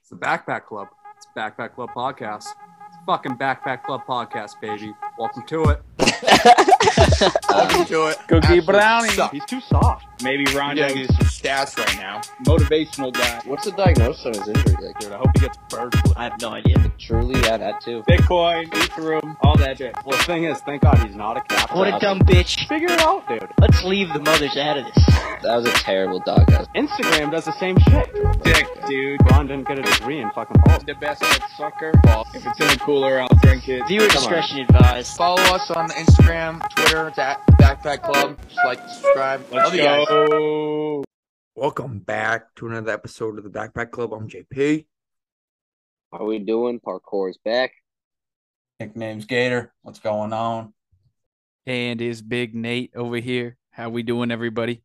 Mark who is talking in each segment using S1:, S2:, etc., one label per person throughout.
S1: It's the Backpack Club. It's Backpack Club Podcast. It's fucking Backpack Club Podcast, baby. Welcome to it.
S2: Welcome to it.
S3: Cookie
S2: Absolute
S3: Brownie.
S2: suck.
S3: He's too soft.
S4: Maybe Ron
S2: Yeah,
S4: Jones
S2: he's
S4: is
S2: some stats right now.
S4: motivational guy.
S5: What's the diagnosis on his injury? Like,
S3: Dude, I hope he gets bird flu.
S4: I have no idea.
S5: truly, yeah, that too.
S4: Bitcoin, Ethereum, all that shit.
S3: Well, the thing is, thank God he's not a cat.
S6: What a dumb bitch.
S3: Figure it out, dude.
S6: Let's leave the mothers out of this.
S5: That was a terrible doghouse.
S3: Instagram does the same shit.
S4: Dick, dude.
S3: Ron didn't get a degree in fucking politics.
S2: The best at soccer.
S4: If it's in the cooler, I'll drink it.
S6: Viewer
S5: Come on.
S6: discretion advised.
S2: Follow us on Instagram, Twitter, it's at Backpack Club. Just like, subscribe.
S4: Let's
S2: Love you guys.
S4: go.
S7: Welcome back to another episode of the Backpack Club. I'm JP.
S5: How we doing? Parkour is back.
S8: Nickname's Gator. What's going on?
S9: And is Big Nate over here? How we doing, everybody?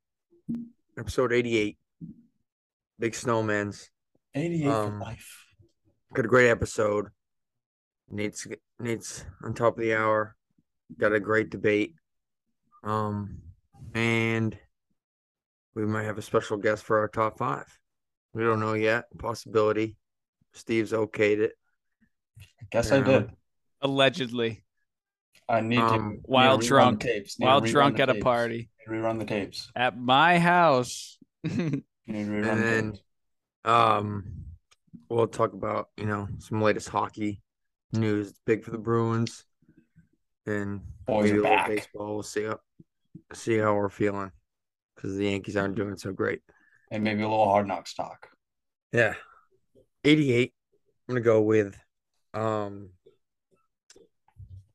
S7: Episode 88. Big Snowman's
S8: 88
S7: Um,
S8: for life.
S7: got a great episode. Nate's Nate's on top of the hour. Got a great debate. Um, and we might have a special guest for our top five. We don't know yet. Possibility. Steve's okayed it.
S8: I guess I
S7: yeah.
S8: did.
S9: Allegedly,
S8: I need
S7: Um,
S8: to
S9: while
S8: need to rerun
S9: drunk-
S8: the tapes. Need to
S9: while
S8: rerun
S9: drunk
S8: the
S9: at a
S8: tapes.
S9: party
S8: Need to rerun the tapes.
S9: at my house.
S8: Need to rerun
S7: And
S8: the
S7: then-
S8: tapes.
S7: Um, we'll talk about you know some latest hockey news. It's big for the Bruins, and
S8: Boys
S7: maybe
S8: are
S7: a little
S8: back.
S7: baseball. We'll see how see how we're feeling because the Yankees aren't doing so great.
S8: and maybe a little hard knock stock.
S7: Yeah, eighty-eight. I'm gonna go with um. It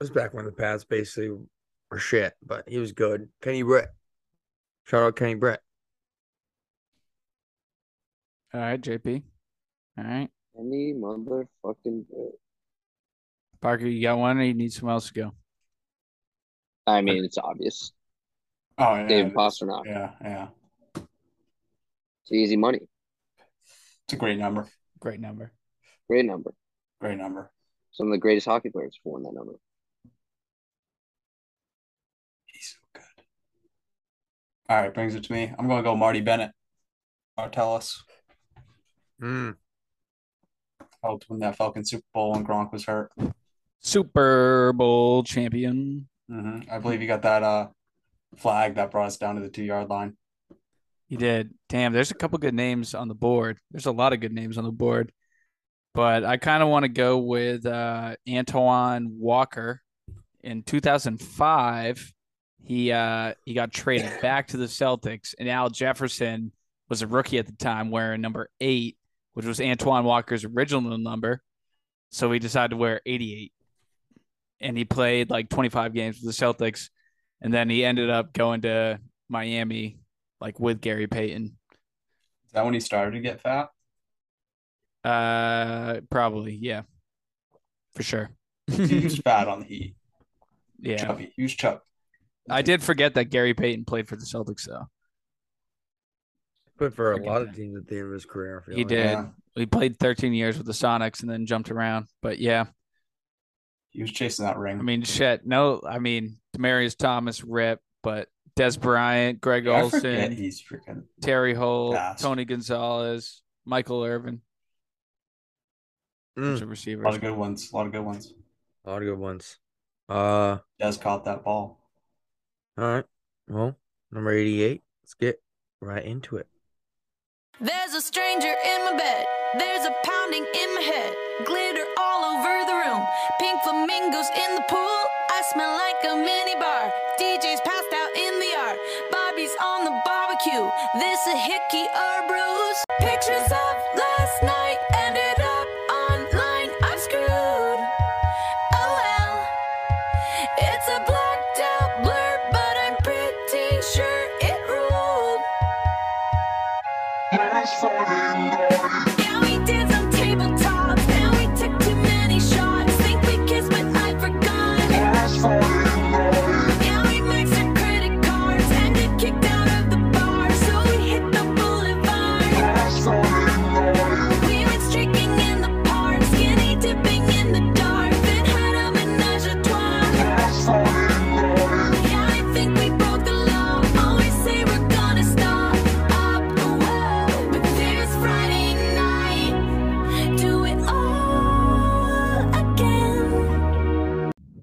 S7: was back when the Pats basically were shit, but he was good. Kenny Brett. Shout out Kenny Brett.
S9: All right, JP. All right,
S5: Any motherfucking.
S9: Parker, you got one, or you need someone else to go?
S5: I mean, it's obvious.
S8: Oh yeah,
S5: David Pasternak.
S8: yeah, yeah.
S5: It's easy money.
S8: It's a great number.
S9: Great number.
S5: Great number.
S8: Great number.
S5: Some of the greatest hockey players have won that number.
S8: He's so good. All right, brings it to me. I'm gonna go Marty Bennett. Martellus
S7: Mm,
S8: helped win that Falcon Super Bowl when Gronk was hurt.
S9: Super Bowl champion.
S8: hmm I believe he got that uh flag that brought us down to the two yard line.
S9: You did. Damn, there's a couple good names on the board. There's a lot of good names on the board. But I kind of want to go with uh, Antoine Walker. In 2005, he uh, he got traded back to the Celtics, and Al Jefferson was a rookie at the time wearing number eight, which was Antoine Walker's original number. So he decided to wear 88. And he played like 25 games with the Celtics. And then he ended up going to Miami like with Gary Payton.
S8: Is that when he started to get fat?
S9: Uh, probably, yeah, for sure.
S8: He was fat on the heat.
S9: yeah,
S8: Chubby. He was chubby.
S9: I did forget that Gary Payton played for the Celtics, though.
S7: but for a
S9: Forget
S7: lot of
S9: that.
S7: teams at the end of his career, I feel
S9: He
S7: like.
S9: did.
S8: Yeah.
S9: He played 13 years with the Sonics and then jumped around. But yeah,
S8: He was chasing that ring.
S9: I mean, shit. No, I mean, Demarius Thomas, rip, but Des Bryant, Greg
S8: I forget
S9: Olson,
S8: he's freaking.
S9: Terry Hole,
S8: Fast.
S9: Tony Gonzalez, Michael Irvin,
S7: Mm,
S9: bunch of
S8: A
S9: receivers.
S8: lot of good ones. A lot of good ones.
S7: a lot of good ones. Uh,
S8: Des caught that ball.
S7: All right. Well, number 88. Let's get right into it.
S10: There's a stranger in my bed. There's a pounding in my head. Glitter all over the room. Pink flamingos in the pool. I smell like a minibar. DJ's passed out in the yard. Bobby's on the barbecue. This a hickey or bruise. Pictures of last night ended up online. I'm screwed. Oh well. It's a blacked out blur, but I'm pretty sure it ruled. Now we dance on tabletops. Now we took too many shots. Think we kissed, but I forgot. Now we maxed our credit cards and get kicked out of the bar. So we hit the boulevard.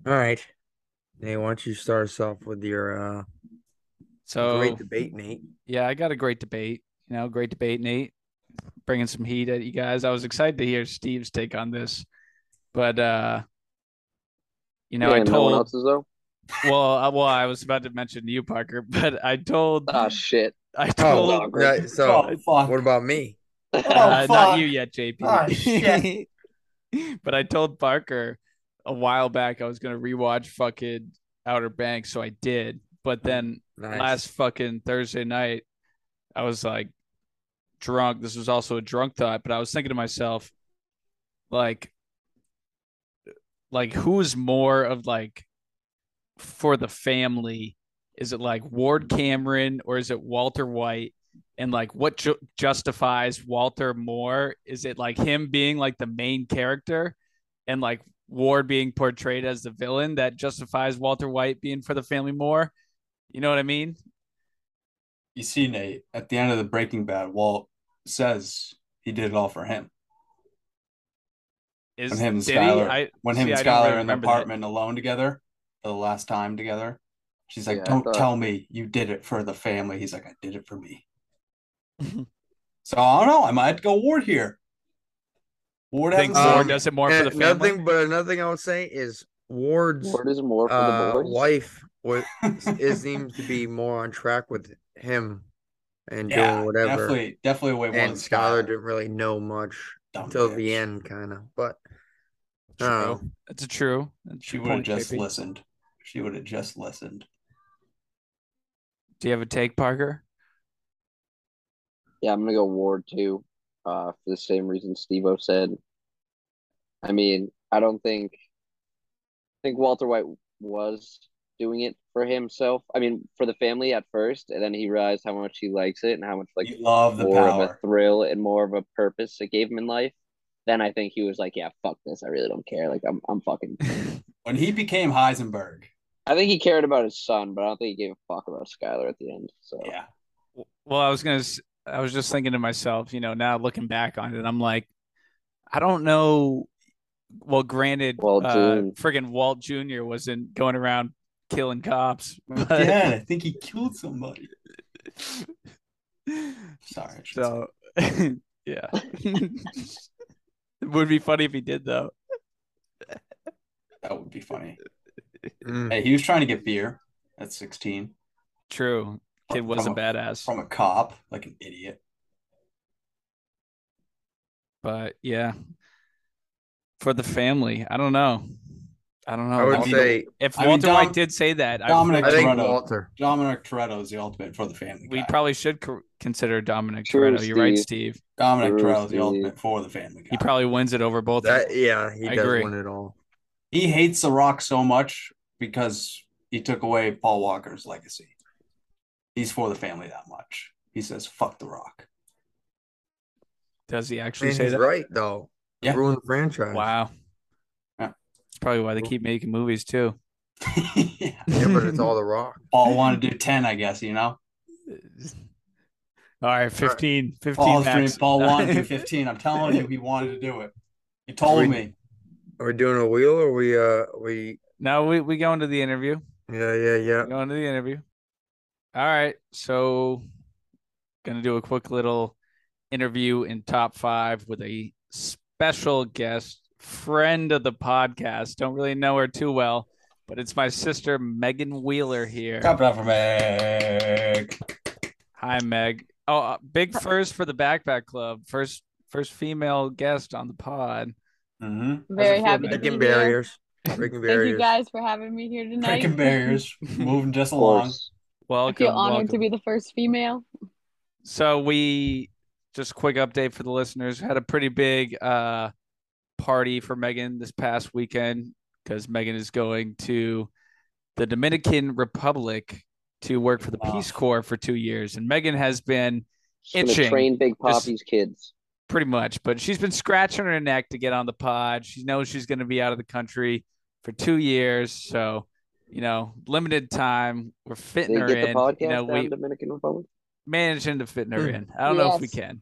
S7: All right. Nate, why don't you start us off with your uh,
S9: So
S7: great debate, Nate?
S9: Yeah, I got a great debate. You know, great debate, Nate. Bringing some heat at you guys. I was excited to hear Steve's take on this, but uh you know,
S5: yeah, no
S9: I
S5: one
S9: told
S5: else's though.
S9: well, I, well, I was about to mention you, Parker, but I told
S5: Ah, shit.
S9: I told
S7: Oh,
S5: great.
S7: yeah, so
S8: oh, fuck.
S7: what about me?
S9: uh,
S8: Oh,
S9: not
S8: fuck.
S9: you yet, JP.
S8: Oh, shit.
S9: but I told Parker a while back I was gonna rewatch fucking Outer Banks, so I did. But then
S7: Nice.
S9: last fucking Thursday night, I was like drunk. This was also a drunk thought, but I was thinking to myself, like, like who's more of like for the family? Is it like Ward Cameron or is it Walter White? And like, what ju- justifies Walter more? Is it like him being like the main character, and like Ward being portrayed as the villain that justifies Walter White being for the family more? You know what I mean?
S8: You see, Nate, at the end of the Breaking Bad, Walt says he did it all for him.
S9: Is
S8: When him and
S9: did he?
S8: Skyler-
S9: I
S8: When him
S9: see, I
S8: and
S9: don't
S8: Skylar
S9: really
S8: are in the
S9: remember that.
S8: apartment alone together, for the last time together, she's like,
S5: Yeah, I
S8: "Don't
S5: thought-
S8: tell me you did it for the family." He's like, "I did it for me." so I don't know. I might go Ward here. Ward
S9: think
S8: hasn't
S9: Ward
S7: Um,
S8: said-
S9: does it more for
S7: And
S9: the
S7: another
S9: family.
S7: thing, but another thing I would say is Ward's
S5: Word is more for
S7: uh,
S5: the boys.
S7: wife wa- is seems to be more on track with him and
S8: yeah,
S7: doing whatever.
S8: definitely, definitely way more
S7: and
S8: than
S7: Skylar didn't really know much
S8: Dumb
S7: until the
S8: bitch.
S7: end, kind of. But
S9: True.
S7: uh,
S9: That's a true. That's a
S8: She
S9: true
S8: would have
S9: point,
S8: just
S9: JP.
S8: listened. She would have just listened.
S9: Do you have a take, Parker?
S5: Yeah, I'm gonna go Ward too, uh, for the same reason Steve O said. I mean, I don't think I think Walter White was doing it for himself. I mean, for the family at first, and then he realized how much he likes it and how much like
S8: you love the
S5: more of a
S8: power.
S5: thrill and more of a purpose it gave him in life. Then I think he was like, "Yeah, fuck this. I really don't care. Like, I'm, I'm fucking."
S8: When he became Heisenberg,
S5: I think he cared about his son, but I don't think he gave a fuck about Skylar at the end. So
S8: yeah.
S9: Well, I was gonna. s- I was just thinking to myself, you know, now looking back on it, I'm like, I don't know. Well, granted,
S5: Walt
S9: uh,
S5: Jun.
S9: friggin' Walt Junior wasn't going around killing cops, but
S8: Dad, I think he killed somebody. Sorry. I should say.
S9: so yeah, it would be funny if he did though.
S8: That would be funny.
S7: mm,
S8: Hey, he was trying to get beer at 16
S9: True, kid
S8: From-
S9: was a
S8: from a-
S9: badass.
S8: from a cop, like an idiot.
S9: but yeah for the family i don't know i don't know
S7: I would
S9: Walter-
S7: say
S9: if
S8: I mean,
S9: walter
S8: Dom-
S9: white did say that I,
S8: Dominic
S7: I think
S8: Toretto.
S7: Walter.
S8: Dominic Toretto is the ultimate for the family.
S9: we
S8: guy.
S9: probably should co- consider dominic
S5: True,
S9: toretto you're right
S5: Steve.
S9: steve
S8: Dominic
S5: Bruce
S8: Toretto is the
S5: Lee.
S8: ultimate for the family. Guy.
S9: he probably wins it over both of
S7: That
S9: them.
S7: yeah, he
S9: I
S7: does
S9: agree.
S7: win it all.
S8: he hates The Rock so much because he took away Paul Walker's legacy. He's for the family that much. He says, "Fuck The Rock."
S9: does he actually
S7: And
S9: say
S7: he's
S9: that
S7: right though.
S8: Yeah.
S7: Ruined the franchise.
S9: wow
S8: Yeah.
S9: that's probably why they keep making movies too
S8: yeah.
S7: Yeah, but it's all the rock.
S8: Paul wanted to do ten, I guess. You know,
S9: all right 15 15
S8: Paul dream.
S9: max.
S8: Paul wanted to do fifteen. I'm telling you, he wanted to do it. He told
S7: We-
S8: me.
S7: Are we doing a wheel or we uh we
S9: no we, we go into the interview
S7: yeah, yeah, yeah.
S9: Going to the interview. All right. So, going to do a quick little interview in top five with a special guest, friend of the podcast. Don't really know her too well, but it's my sister, Megan Wheeler, here.
S8: Clap it up for Meg.
S9: Hi, Meg. Oh, uh, big first for the Backpack Club. First, first female guest on the pod.
S8: Mm-hmm.
S9: Very happy to
S7: Breaking barriers. Breaking barriers.
S10: for having me here
S8: Breaking barriers, moving just
S5: of
S8: along.
S5: course.
S9: Welcome. welcome.
S10: the first female.
S9: So we just a quick update for the listeners. Had a pretty big uh party for Megan this past weekend because Megan is going to the Dominican Republic to work for the
S8: Wow.
S9: Peace Corps for two years. And Megan has been
S5: She's gonna
S9: Itching.
S5: train Big Poppy's kids.
S9: pretty much, but she's been scratching her neck to get on the pod. She knows she's going to be out of the country for two years. So, you know, limited time. We're
S5: They
S9: fitting her
S5: get the
S9: in.
S5: podcast
S9: you know,
S5: down
S9: we
S5: Dominican Republic.
S9: managing to fitting her
S7: Hmm.
S9: in. I don't know if we
S10: Yes.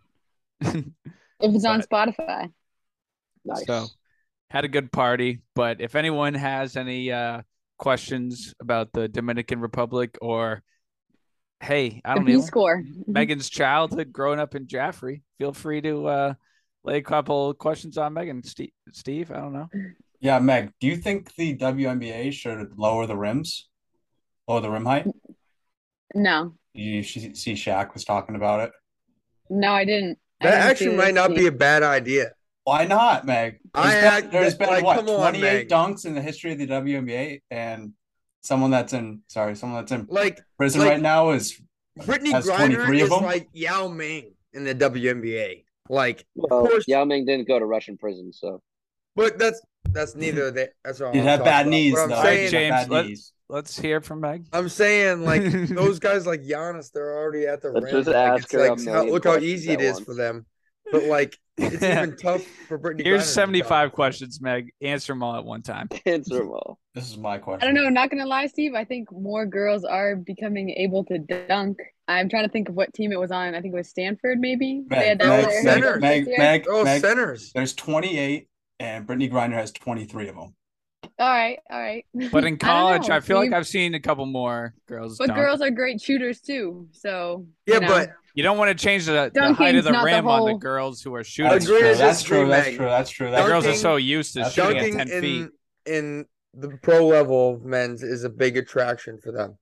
S9: can.
S10: If it's
S9: on
S10: Spotify.
S5: Nice.
S9: So had a good party. But if anyone has any uh, questions about the Dominican Republic or, hey, I don't
S11: If mm-hmm. you
S9: know,
S11: score.
S9: Megan's childhood growing up in Jaffrey, feel free to uh, lay a couple questions on Megan. Steve, Steve I don't know.
S8: Yeah, Meg, do you think the WNBA should lower the rims? Lower the rim height?
S11: No,
S8: You sh- see Shaq was talking about it.
S11: no, I didn't. I
S7: That
S11: didn't
S7: actually
S11: see
S7: might
S11: this
S7: not be a
S11: tweet.
S7: bad idea.
S8: Why not, Meg?
S7: I
S8: There's
S7: act-
S8: been, there's been
S7: like,
S8: what,
S7: come on,
S8: 28
S7: Meg.
S8: dunks in the history of the WNBA, and someone that's in, sorry, someone that's in
S7: Like
S8: prison
S7: like-
S8: right now is
S7: Brittany
S8: Has
S7: Griner
S8: 23 of
S7: is
S8: them?
S7: like Yao Ming in the WNBA. Like,
S5: Well,
S7: course-
S5: Yao Ming didn't go to Russian prison, so
S7: but that's that's neither of that. That's all.
S8: He'd
S7: I'm
S8: have
S7: talking
S8: bad
S7: about.
S8: knees,
S7: But I'm
S8: though.
S7: saying,
S8: He'd have
S9: James,
S8: bad
S9: let-
S8: knees.
S9: Let's hear from Meg.
S7: I'm saying like those guys like Giannis, they're already at the
S5: Let's
S7: rim.
S5: just
S7: Like,
S5: ask
S7: it's
S5: her a
S7: like, how,
S5: million
S7: look how
S5: questions
S7: easy
S5: at
S7: it is
S5: once.
S7: for them. But like, it's even tough for Brittany. Griner
S9: Here's
S7: to be
S9: 75
S7: tough.
S9: questions, Meg. Answer them all at one time.
S5: answer them all.
S8: This is my question.
S11: I don't know. Not gonna lie, Steve. I think more girls are becoming able to dunk. I'm trying to think of what team it was on. I think it was Stanford, maybe.
S8: Meg,
S11: They had that
S7: Meg,
S11: player
S7: Meg,
S11: this
S7: Meg,
S8: Meg,
S11: year.
S8: Meg.
S7: They're all oh, centers.
S8: There's 28, and Brittany Griner has 23 of them.
S11: All right, all right.
S9: But in
S11: I don't
S9: college, I,
S11: know,
S9: feel like
S11: Steve.
S9: I've seen a couple more girls.
S11: But
S9: dunk.
S11: girls are great shooters too. So
S7: Yeah,
S11: you know.
S7: but
S9: you don't want to change the, the height
S11: Dunking's
S9: of the
S11: not the
S9: rim on the
S11: whole-
S9: girls who are shooting.
S8: That's
S7: Agree
S8: true.
S7: to
S8: That's
S7: disagree,
S8: true. That's
S7: Meg.
S8: true. That's true.
S9: The
S8: That's
S9: girls are
S7: dunking-
S9: so used to
S8: that's
S9: shooting
S7: dunking
S9: at 10 feet.
S7: in in the pro level of men's is a big attraction for them.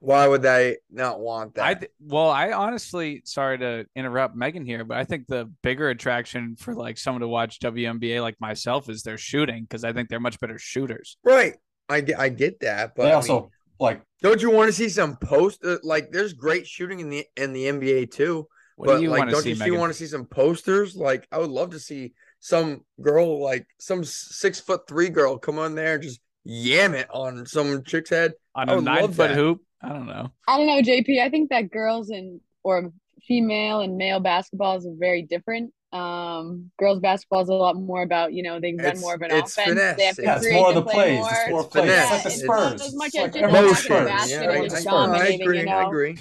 S7: Why would they not want that?
S9: I th- well, I honestly, sorry to interrupt Megan here, but I think the bigger attraction for like someone to watch WNBA like myself is their shooting because I think they're much better shooters.
S7: right. I get, I get that, but
S8: They
S7: I
S8: also
S7: mean,
S8: like
S7: don't you want to see some post uh, like there's great shooting in the in the NBA too.
S9: What
S7: but
S9: do you
S7: like,
S9: want to
S7: don't
S9: see,
S7: you
S9: Megan?
S7: want to see some posters? Like, I would love to see some girl, like some six foot three girl, come on there and just yam it on some chick's head.
S9: on
S7: I
S9: a
S7: would Oh, love
S9: nine foot
S7: that. Oh.
S9: hoop? I don't know.
S11: I don't know, JP. I think that girls and or female and male basketball is very different. Um, girls basketball is a lot more about you know they run
S7: It's-
S11: more of an
S7: it's
S11: offense. They have
S7: finesse.
S11: to
S8: yeah, it's
S11: create
S8: more of
S11: to
S8: the
S11: play
S8: plays.
S11: more.
S8: It's more
S7: It's
S8: plays. It's like the
S7: finesse.
S11: It's not
S8: Spurs.
S11: as
S8: It's
S11: much
S8: like
S11: as just
S8: everyone's
S11: knocking
S7: Motion.
S8: Spurs.
S11: basket
S7: Yeah,
S11: and
S7: I,
S11: just
S7: I- I
S11: dominating, you
S7: agree. I
S11: know?
S7: agree.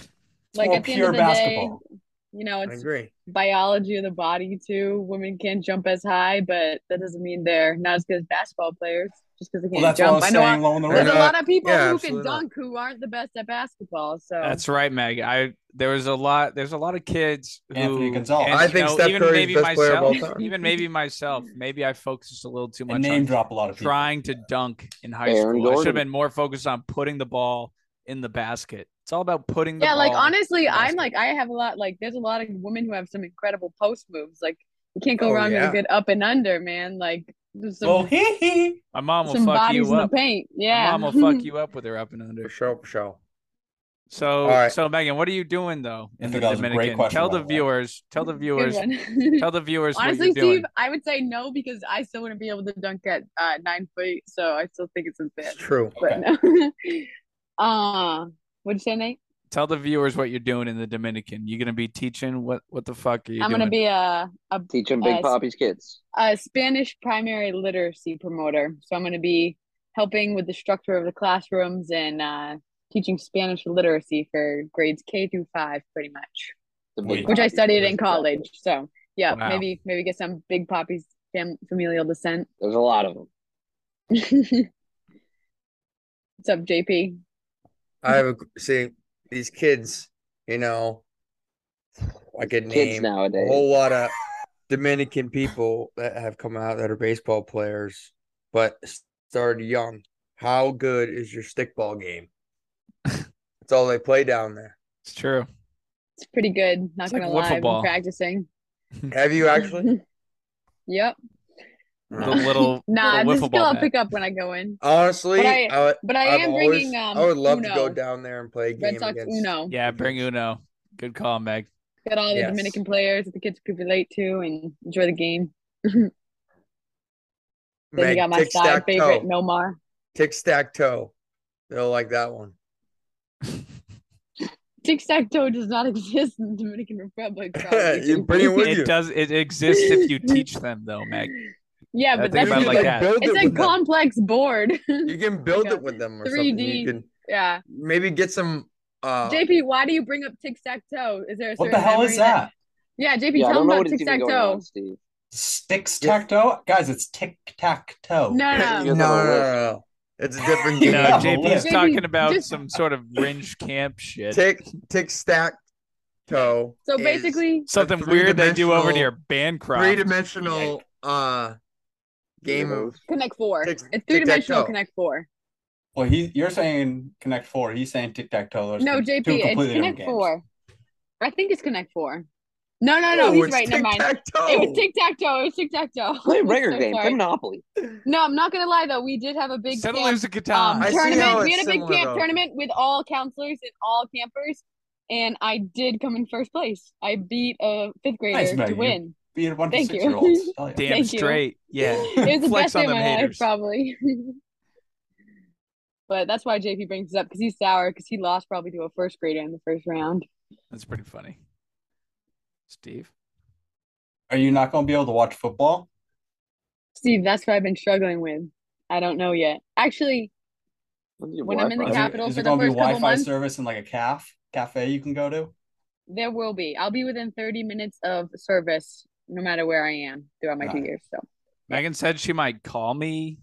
S11: Like
S8: more
S11: at the end of
S8: pure
S11: the
S8: basketball.
S11: day, you know
S7: I
S11: it's
S7: agree.
S11: biology of the body too. Women can't jump as high, but that doesn't mean they're not as good as basketball players just because they
S8: Well,
S11: can't
S8: that's what I
S11: jump. I
S8: was
S11: know. I-
S8: saying. Low in the
S11: there's
S8: rim.
S11: a
S7: They're
S11: lot
S7: not-
S11: of people
S7: yeah,
S11: who can
S7: absolutely not.
S11: dunk who aren't the best at basketball. So
S9: That's right, Meg. I there was a lot. There's a lot of kids. Who,
S8: Anthony Gonzalez.
S9: and,
S8: I
S9: you
S7: think
S9: know,
S7: Steph
S9: even
S7: Curry's
S9: maybe
S7: best player of all
S9: myself.
S7: time.
S9: Even maybe myself. Maybe I focused a little too much
S8: And name
S9: on
S8: drop a lot of people.
S9: trying to dunk in high
S5: Aaron
S9: school. I should have
S5: Gordon.
S9: been more focused on putting the ball in the basket. It's all about putting the
S11: Yeah,
S9: ball.
S11: like
S9: in the
S11: honestly, I'm
S9: basket.
S11: like I have a lot like there's a lot of women who have some incredible post moves. Like you can't go
S7: Oh,
S11: wrong with
S7: yeah.
S11: a good up and under, man. Like there's some
S8: Oh, hee hee.
S9: my mom will
S11: some
S9: fuck
S11: bodies
S9: you
S11: in the
S9: up.
S11: paint.
S9: My
S11: Yeah.
S9: mom will fuck you up with her up and
S7: For
S9: under.
S7: sure, for sure.
S9: So,
S7: All right.
S9: so Megan, what are you doing though
S8: I
S9: in the
S8: think that was a great
S9: Dominican?
S8: question,
S9: Tell
S8: by
S9: the
S8: the way.
S9: viewers. Tell the
S11: Good
S9: viewers.
S11: one.
S9: Tell the viewers what
S11: Honestly,
S9: you're doing.
S11: Steve, I would say no because I still wouldn't be able to dunk at uh, nine feet, so I still think it's a
S7: It's
S11: bit.
S7: true.
S11: But no. uh, what'd you say, Nate?
S9: tell the viewers what you're doing in the Dominican. You're gonna be teaching what what the fuck are you
S11: I'm
S9: doing?
S11: gonna be a a
S5: Teach them Big
S11: Uh,
S5: Poppy's kids.
S11: a Spanish primary literacy promoter. So I'm going to be helping with the structure of the classrooms and uh, teaching Spanish literacy for grades K through five, pretty much,
S5: The
S8: Wait.
S5: Big
S11: which I
S5: Poppy's
S11: studied
S5: kids.
S11: in college. So yeah,
S9: Wow.
S11: maybe maybe get some big poppies fam- familial descent.
S5: There's a lot of them.
S11: What's up, JP?
S7: I have a see these kids, you know, I could
S5: Kids
S7: name a
S5: nowadays.
S7: whole lot of Dominican people that have come out that are baseball players, but started young. How good is your stickball game? That's all they play down there.
S9: it's true.
S11: It's pretty good. Not
S9: It's like
S11: gonna
S9: wiffle
S11: lie, I've been
S9: ball.
S11: practicing.
S7: Have you actually?
S11: Yep.
S9: The little
S11: Nah,
S9: little
S11: this is
S9: wiffle
S11: skill
S9: ball
S11: I'll
S9: bat.
S11: pick up when I go in.
S7: Honestly,
S11: But I-
S7: I, would-
S11: But I
S7: I've
S11: am
S7: always-
S11: bringing um.
S7: I would love to go
S11: Uno,
S7: down there and play a
S11: Red
S7: game
S11: Sox
S7: against.
S11: Uno.
S9: Yeah, bring Uno. Good call, Meg.
S11: Got all the
S7: Yes.
S11: Dominican players that the kids could relate to and enjoy the game. Then
S7: Meg,
S11: you got my
S7: tick,
S11: side
S7: stack,
S11: favorite,
S7: toe.
S11: Nomar.
S7: Tick stack toe. They'll like that one.
S11: Tic Tac Toe does not exist in the Dominican Republic. probably.
S7: you bring it with
S9: It
S7: you.
S9: does. It exists if you teach them, though, Meg.
S11: yeah,
S9: Oh, I
S11: but
S9: think
S11: that's
S7: You can,
S11: just
S9: about like
S11: like,
S9: that.
S7: build it
S11: it's a
S7: with them.
S11: complex board.
S7: You can build
S11: Like a
S7: it with them or something.
S11: 3D.
S7: You can
S11: yeah.
S7: maybe get some. Uh,
S11: JP, why do you bring up Tic Tac Toe? Is there a
S8: What
S11: certain
S8: the hell
S11: memory
S8: is that?
S11: Yeah, JP,
S5: Yeah, I
S11: tell
S5: don't
S11: them
S5: know
S11: about
S5: what is
S11: Tic
S5: even
S11: Tac
S5: going on,
S11: Toe.
S5: Steve.
S8: Sticks tac toe, guys. It's tic tac toe.
S11: No, no.
S7: no, no, no, no. It's a different game.
S9: No,
S11: Oh,
S9: JP's
S11: JP,
S9: talking about
S11: just-
S9: some sort of ringe camp shit.
S7: Tick, tick, stack, toe.
S11: So
S7: is
S11: basically,
S9: Something weird they do over near
S7: three
S9: Bancroft.
S7: dimensional uh game of
S11: Connect Four.
S7: Tic-
S11: it's three dimensional
S7: tic-tac-toe.
S11: Connect Four.
S8: Well, he you're saying Connect Four. He's saying tic tac toe.
S11: No, JP, it's Connect Four. I think it's Connect Four. No, no, no.
S7: Oh,
S11: he's
S7: it's
S11: right. Never mind.
S7: tic-tac-toe.
S11: It was tic tac toe. It was tic tac toe.
S5: Play a regular game. Play Monopoly.
S11: No, I'm not gonna lie though. We did have a big
S9: Settle
S11: camp,
S9: lose a
S11: um,
S7: I
S9: guitar.
S7: see how
S11: tournament. We had a
S7: it's
S11: big
S7: similar,
S11: camp
S7: though.
S11: tournament with all counselors and all campers, and I did come in first place. I beat a fifth grader
S8: Maggie.
S11: to win.
S8: Beat a bunch
S11: Thank
S8: of six
S11: you.
S8: year olds. Hell yeah.
S9: Damn
S11: Thank you.
S9: straight. Yeah.
S11: It was the
S9: Flex
S11: best day
S9: on
S11: of
S9: them
S11: my
S9: haters.
S11: life, probably. but that's why JP brings this up because he's sour because he lost probably to a first grader in the first round.
S9: That's pretty funny. Steve.
S8: Are you not going to be able to watch football?
S11: Steve, that's what I've been struggling with. I don't know yet. Actually, When I'm in the
S8: Is,
S11: cap-
S8: there,
S11: Capital
S8: is
S11: for
S8: there
S11: the
S8: going to
S11: first
S8: be
S11: couple
S8: Wi Fi
S11: months?
S8: service in like a calf cafe you can go to?
S11: there will be. I'll be within 30 minutes of service no matter where I am throughout my two
S8: Alright.
S11: years. So
S9: Megan said she might call me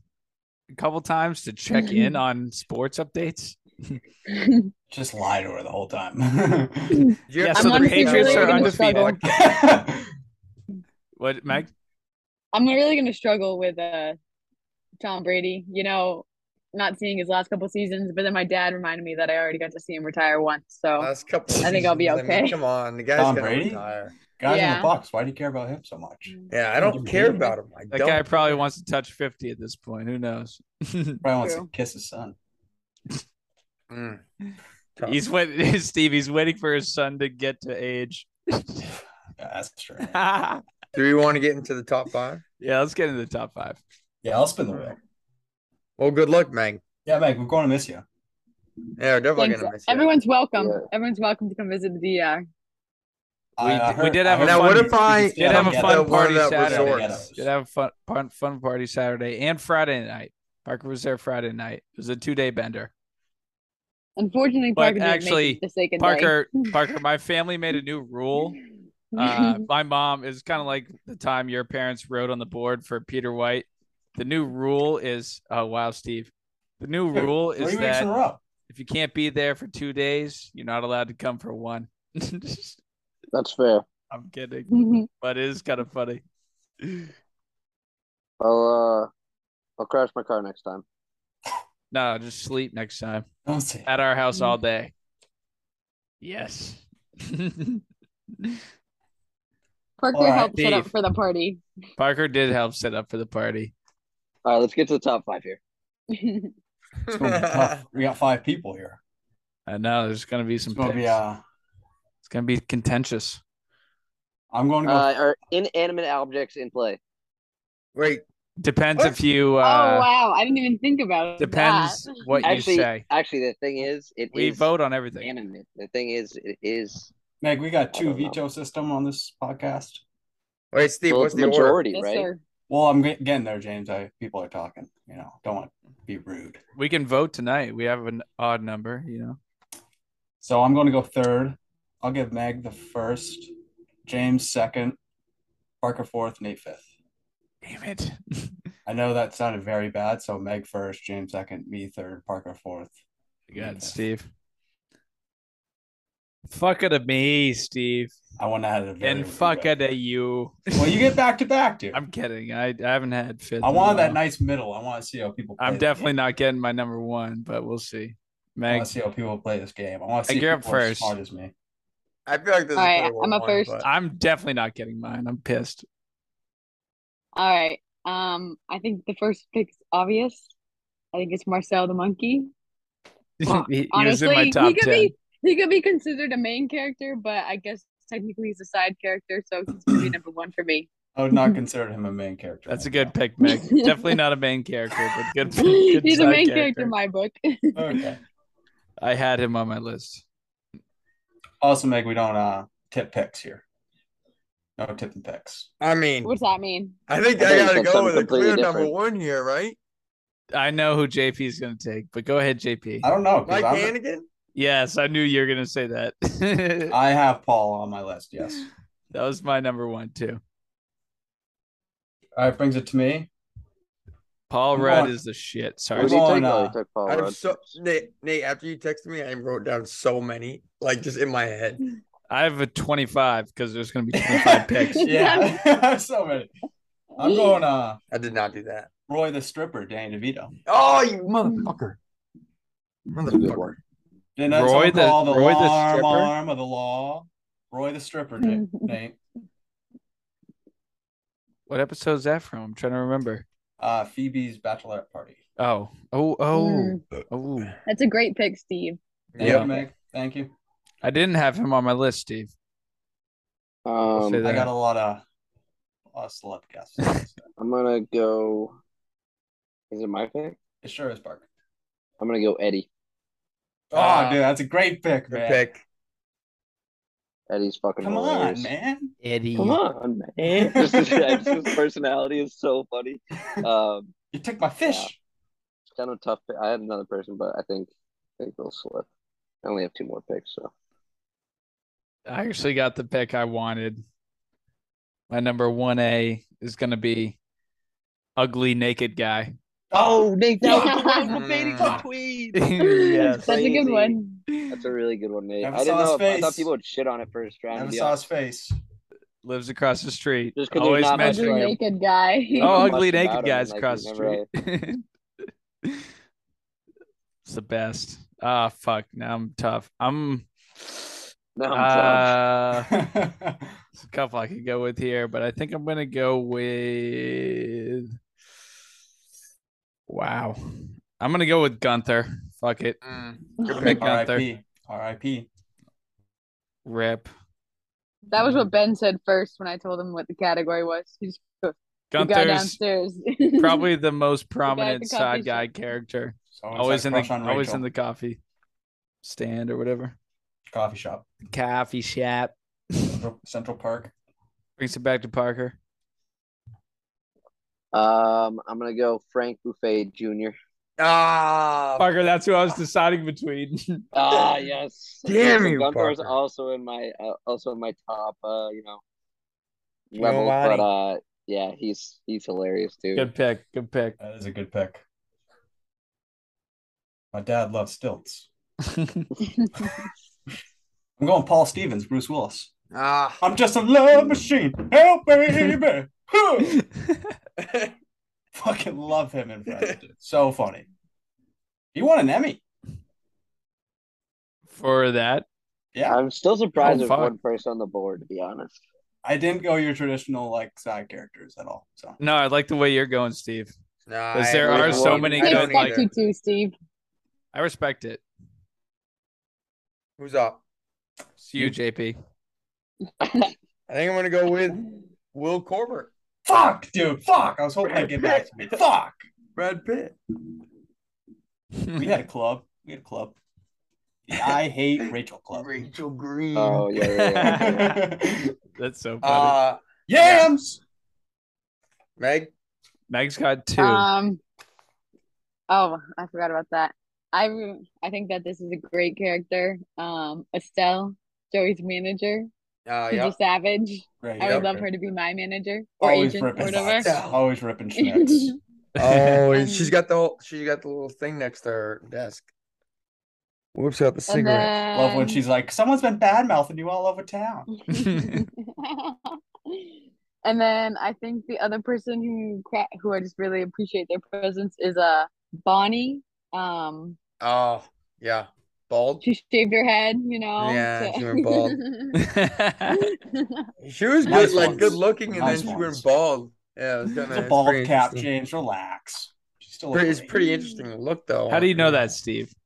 S9: a couple times to check in on sports updates.
S8: Just lie to her the whole time.
S7: Did you
S9: Yeah,
S7: have
S9: so
S11: I'm
S9: the
S7: something
S11: honestly
S7: to
S9: Patriots
S7: say
S11: really
S9: are
S7: about
S11: gonna
S7: the
S9: undefeated.
S11: struggle.
S7: podcast?
S9: What, Meg?
S11: I'm really going to struggle with uh, Tom Brady, you know, not seeing his last couple seasons. But then my dad reminded me that I already got to see him retire once. So
S7: Last couple of
S11: I think I'll be
S7: seasons,
S11: okay.
S7: come on, the guy's
S8: Tom
S7: gonna
S8: Brady?
S7: retire.
S8: Guys in
S11: Yeah.
S8: the box, why do you care about him so much?
S7: Yeah, I don't care about him. I
S9: That
S7: don't.
S9: guy probably wants to touch 50 at this point. Who knows?
S8: Probably wants to
S11: True.
S8: kiss his son.
S7: Mm.
S9: He's wait- Steve, he's waiting for his son to get to age.
S8: Yeah, that's true.
S9: yeah,
S7: Do we want to get into the top five?
S9: let's get into the top five.
S8: Yeah, I'll spin the wheel.
S7: Well, good luck, Meg.
S8: Yeah, Meg, we're going to miss you.
S7: Yeah, we're definitely
S11: Thanks.
S7: gonna miss you.
S11: Everyone's welcome.
S5: Yeah.
S11: Everyone's welcome to come visit the DR.
S8: I, uh,
S9: we did have
S8: I
S9: a
S8: heard-
S7: Now,
S9: fun-
S7: what if I
S9: Did have a
S8: Yeah,
S7: come
S9: fun
S7: to one
S9: party
S7: of the
S9: Saturday.
S7: resorts?
S9: Did have a fun, fun fun party Saturday and Friday night. Parker was there Friday night. It was a two day bender.
S11: Unfortunately,
S9: But
S11: Parker didn't
S9: actually,
S11: make it the second
S9: Parker, Parker, my family made a new rule.
S11: day.
S9: Uh, my mom is kind of like the time your parents wrote on the board for Peter White. The new rule is oh wow, Steve. The new
S8: Dude,
S9: rule
S8: Three
S9: is
S8: weeks
S9: that
S8: in a row.
S9: if you can't be there for two days, you're not allowed to come for one.
S5: That's fair.
S9: I'm kidding, but it is kind of funny.
S5: I'll uh, I'll crash my car next time.
S9: No, just sleep next time
S8: Don't say
S9: at our house
S11: Mhm.
S9: all day. Yes.
S11: Parker
S8: Alright,
S11: helped set up
S9: Steve.
S11: for the party.
S9: Parker did help set up for the party.
S5: All right, let's get to the top five here.
S8: It's gonna be tough. We got five people here.
S9: I know there's gonna be some
S8: It's gonna
S9: picks.
S8: be uh
S9: it's gonna be contentious.
S8: I'm going to go
S5: Uh, are inanimate objects in play?
S7: Wait,
S9: Depends
S7: What?
S9: if you uh
S11: oh wow, I didn't even think about
S9: depends
S11: that.
S9: what
S5: Actually,
S9: you say.
S5: actually, the thing is, it is
S9: We vote on everything.
S5: animate. The thing is, it is
S8: Meg, we got
S5: I
S8: two
S5: don't know.
S8: veto system on this podcast.
S7: wait, Steve.
S5: well,
S7: what's
S5: it's
S7: the order?
S5: majority,
S11: Yes,
S5: right?
S11: sir.
S8: Well, I'm get- getting there, James. I people are talking. You know, don't want to be rude.
S9: We can vote tonight. We have an odd number, you know.
S8: So I'm going to go third. I'll give Meg the first, James second, Parker fourth, Nate fifth.
S9: Damn it.
S8: I know that sounded very bad. So Meg first, James second, me third, Parker fourth.
S9: You got
S8: Yeah.
S9: it, Steve. Fuck it to me, Steve.
S8: I want to have a very
S9: and
S8: rude
S9: fuck
S8: way.
S9: it to you.
S8: Well, you get back to back, dude. i
S9: I'm kidding. I, I haven't had fifth. in a
S8: want that
S9: while.
S8: nice middle. I want to see how people. play
S9: I'm
S8: the
S9: definitely
S8: game.
S9: not getting my number one, but we'll see.
S8: I
S9: Meg,
S8: want to see how people play this game. I want to
S9: Meg,
S8: see
S9: you're
S8: if
S9: up
S8: people are as
S9: first.
S8: smart as me.
S7: I feel like there's
S11: All
S7: a
S11: right,
S7: terrible
S11: I'm a
S7: one,
S11: first.
S7: but-
S9: I'm definitely not getting mine. I'm pissed.
S11: All right. Um, I think the first pick's obvious. I think it's Marcel the monkey. Well,
S9: he, he was in
S11: Honestly,
S9: my top
S11: he could
S9: ten.
S11: be he could be considered a main character, but I guess technically he's a side character, so he's gonna be number one for me.
S8: I would not consider him a main character.
S9: That's a
S8: right
S9: good
S8: now.
S9: pick, Meg. definitely not a main character, but good. good
S11: He's a
S9: side
S11: main character in my book.
S8: Okay.
S9: I had him on my list.
S8: Also, Meg, we don't uh tip picks here. No tipping picks.
S7: I mean,
S11: What's that mean?
S7: I think I
S5: Okay,
S7: gotta
S5: so
S7: go
S5: something
S7: with a clear
S5: completely
S7: number
S5: different.
S7: one here, right?
S9: I know who JP is going to take, but go ahead, JP.
S8: I don't know. 'cause
S7: Mike
S8: I'm-
S7: Hannigan.
S9: Yes, I knew you were going to say that.
S11: Ah,
S8: I have Paul on my list. Yes.
S9: that was my number one too.
S8: All right, brings it to me.
S9: Paul
S8: Come
S9: Rudd
S8: on.
S9: is the shit.
S8: Come
S9: Sorry.
S8: Who'd he on, take? uh, Oh, he
S5: took Paul
S7: I have
S5: Rudd.
S7: so Nate, Nate, after you texted me, I wrote down so many, like just in my head.
S9: I have a 25 because there's going to be 25 picks.
S8: Yeah, so many. I'm going. Uh,
S7: I did not do that.
S8: Roy the stripper, Danny DeVito.
S7: Oh, you motherfucker! Motherfucker!
S8: And that's
S9: Roy
S8: Roy
S9: the-
S8: the,
S9: Roy the
S8: law
S9: stripper?
S8: arm of the law. Roy the stripper, Nate. Nate.
S9: What episode is that from? I'm trying to remember.
S8: Uh, Phoebe's bachelorette party.
S9: Oh, oh, oh, oh.
S11: That's a great pick, Steve.
S8: Thank
S9: Yeah.
S8: you, Meg. Thank you.
S9: I didn't have him on my list, Steve.
S5: Um,
S9: Say that.
S8: I got a lot of, a lot of celeb guests.
S5: I'm gonna go. Is it my pick?
S8: it sure is Parker.
S5: I'm gonna go Eddie.
S8: Oh,
S9: Ah.
S8: dude, that's a great pick,
S7: Good
S8: man.
S7: pick.
S5: Eddie's fucking
S8: Come
S5: hilarious.
S8: on, man.
S9: Eddie.
S5: Come on, man. just, his, just his personality is so funny. Um,
S8: You took my fish.
S5: it's kind of a tough. Pick. I had another person, but I think I think they'll slip. I only have two more picks, so
S9: I actually got the pick I wanted. My number 1A is going to be ugly naked guy.
S5: Oh, Nate, that
S11: was the one
S7: from Fading
S9: Mm.
S7: Fuck
S5: Queen.
S9: yes.
S11: That's a good
S5: Crazy.
S11: one.
S5: That's a really good one, Nate.
S8: Never
S5: I didn't
S8: saw his
S5: know. If, I
S8: face.
S5: thought people would shit on it first round.
S8: Never
S5: to be
S8: saw his
S5: honest.
S8: face.
S9: Lives across the street.
S5: Just 'cause they're
S9: Always
S5: not
S11: Ugly
S9: mentioning
S5: like-
S9: him.
S11: naked guy.
S9: Oh,
S5: much
S9: ugly
S5: about
S9: naked
S5: him,
S9: guys
S5: like, you
S9: across the
S5: never
S9: street. it's the best. Ah, fuck. Now I'm tough. I'm.
S5: No, I'm sorry.
S9: uh, there's a couple I could go with here, but I think I'm gonna go with. Wow, I'm gonna go with Gunther. Fuck it,
S7: Good pick.
S9: pick. Gunther.
S8: R.I.P. R.I.P.
S9: rip.
S11: That was what Ben said first when I told him what the category was. He just goes, the guy
S9: Gunther's
S11: downstairs.
S9: probably the most prominent
S11: coffee
S9: side guy
S11: shop.
S9: character.
S8: So it's
S9: Always in
S8: like
S9: the
S8: crush on
S9: always
S8: Rachel.
S9: in the coffee stand or whatever.
S8: coffee shop,
S9: Coffee shop.
S8: Central- Central Park.
S9: Brings it back to Parker.
S5: Um, I'm gonna go Frank Buffet Jr.
S7: Ah,
S9: Parker, that's who I was deciding between.
S5: Ah, yes.
S7: Damn
S5: So
S7: you,
S5: Gunther's
S7: Parker.
S5: also in my uh, also in my top. Uh, you know,
S7: Yo,
S5: level, but
S7: Adi.
S5: uh, yeah, he's he's hilarious too.
S9: good pick. Good pick.
S8: That is a good pick. My dad loves stilts. I'm going Paul Stevens, Bruce Willis.
S7: ah.
S8: I'm just a love machine. Help, baby. Huh. Fucking love him in Friends. dude. So funny. He won an Emmy.
S9: For that,
S8: Yeah.
S5: I'm still surprised
S9: Oh,
S5: there's
S9: fuck.
S5: one person on the board. To be honest,
S8: I didn't go your traditional like side characters at all. So
S9: no, I like the way you're going, Steve.
S7: Nah,
S9: 'Cause
S7: I-
S9: there
S5: are so
S7: don't-
S9: many
S11: I
S7: I
S9: good,
S7: don't
S11: expect
S9: like-
S7: either.
S11: you to, Steve.
S9: I respect it.
S7: Who's up?
S9: It's you, JP.
S7: I think I'm gonna go with Will Corbett.
S8: fuck, dude. Fuck. I was hoping I'd get back to me. Fuck.
S7: Brad Pitt.
S8: We had a club. We had a club. The I hate Rachel club.
S7: Rachel Green.
S5: oh yeah, yeah, yeah.
S9: That's so funny.
S7: uh,
S8: Yams.
S7: Meg.
S9: Meg's got two.
S8: uh,
S11: Um. Oh, I forgot about that. I re- I think that this is a great character. Um, Estelle, Joey's manager,
S7: Uh,
S11: Gigi
S7: yeah.
S11: Savage.
S8: Great.
S11: I would
S7: Yep.
S11: love her to be my manager or
S8: Always
S11: agent or
S8: ripping
S11: whatever.
S8: Schmitz. Always ripping Schmitz.
S7: Oh,
S11: Um,
S7: she's got the whole, she's got the little thing next to her desk. Whoops out the
S11: And
S7: cigarette.
S11: then
S8: Love when she's like, someone's been bad mouthing you all over town.
S11: and then I think the other person who cra- who I just really appreciate their presence is uh Bonnie. Um,
S7: Oh, yeah. Bald.
S11: she shaved her head, you know.
S7: Yeah,
S11: to-
S7: she went bald. She was good,
S8: Nice
S7: like
S8: ones.
S7: good looking, and
S8: Nice
S7: then she went
S8: ones.
S7: bald. Yeah, it was kind
S8: It's
S7: of
S8: a bald cap, James. Relax. She's still
S7: Pretty, it's
S8: great.
S7: pretty interesting to look though.
S9: How do you know that, Steve?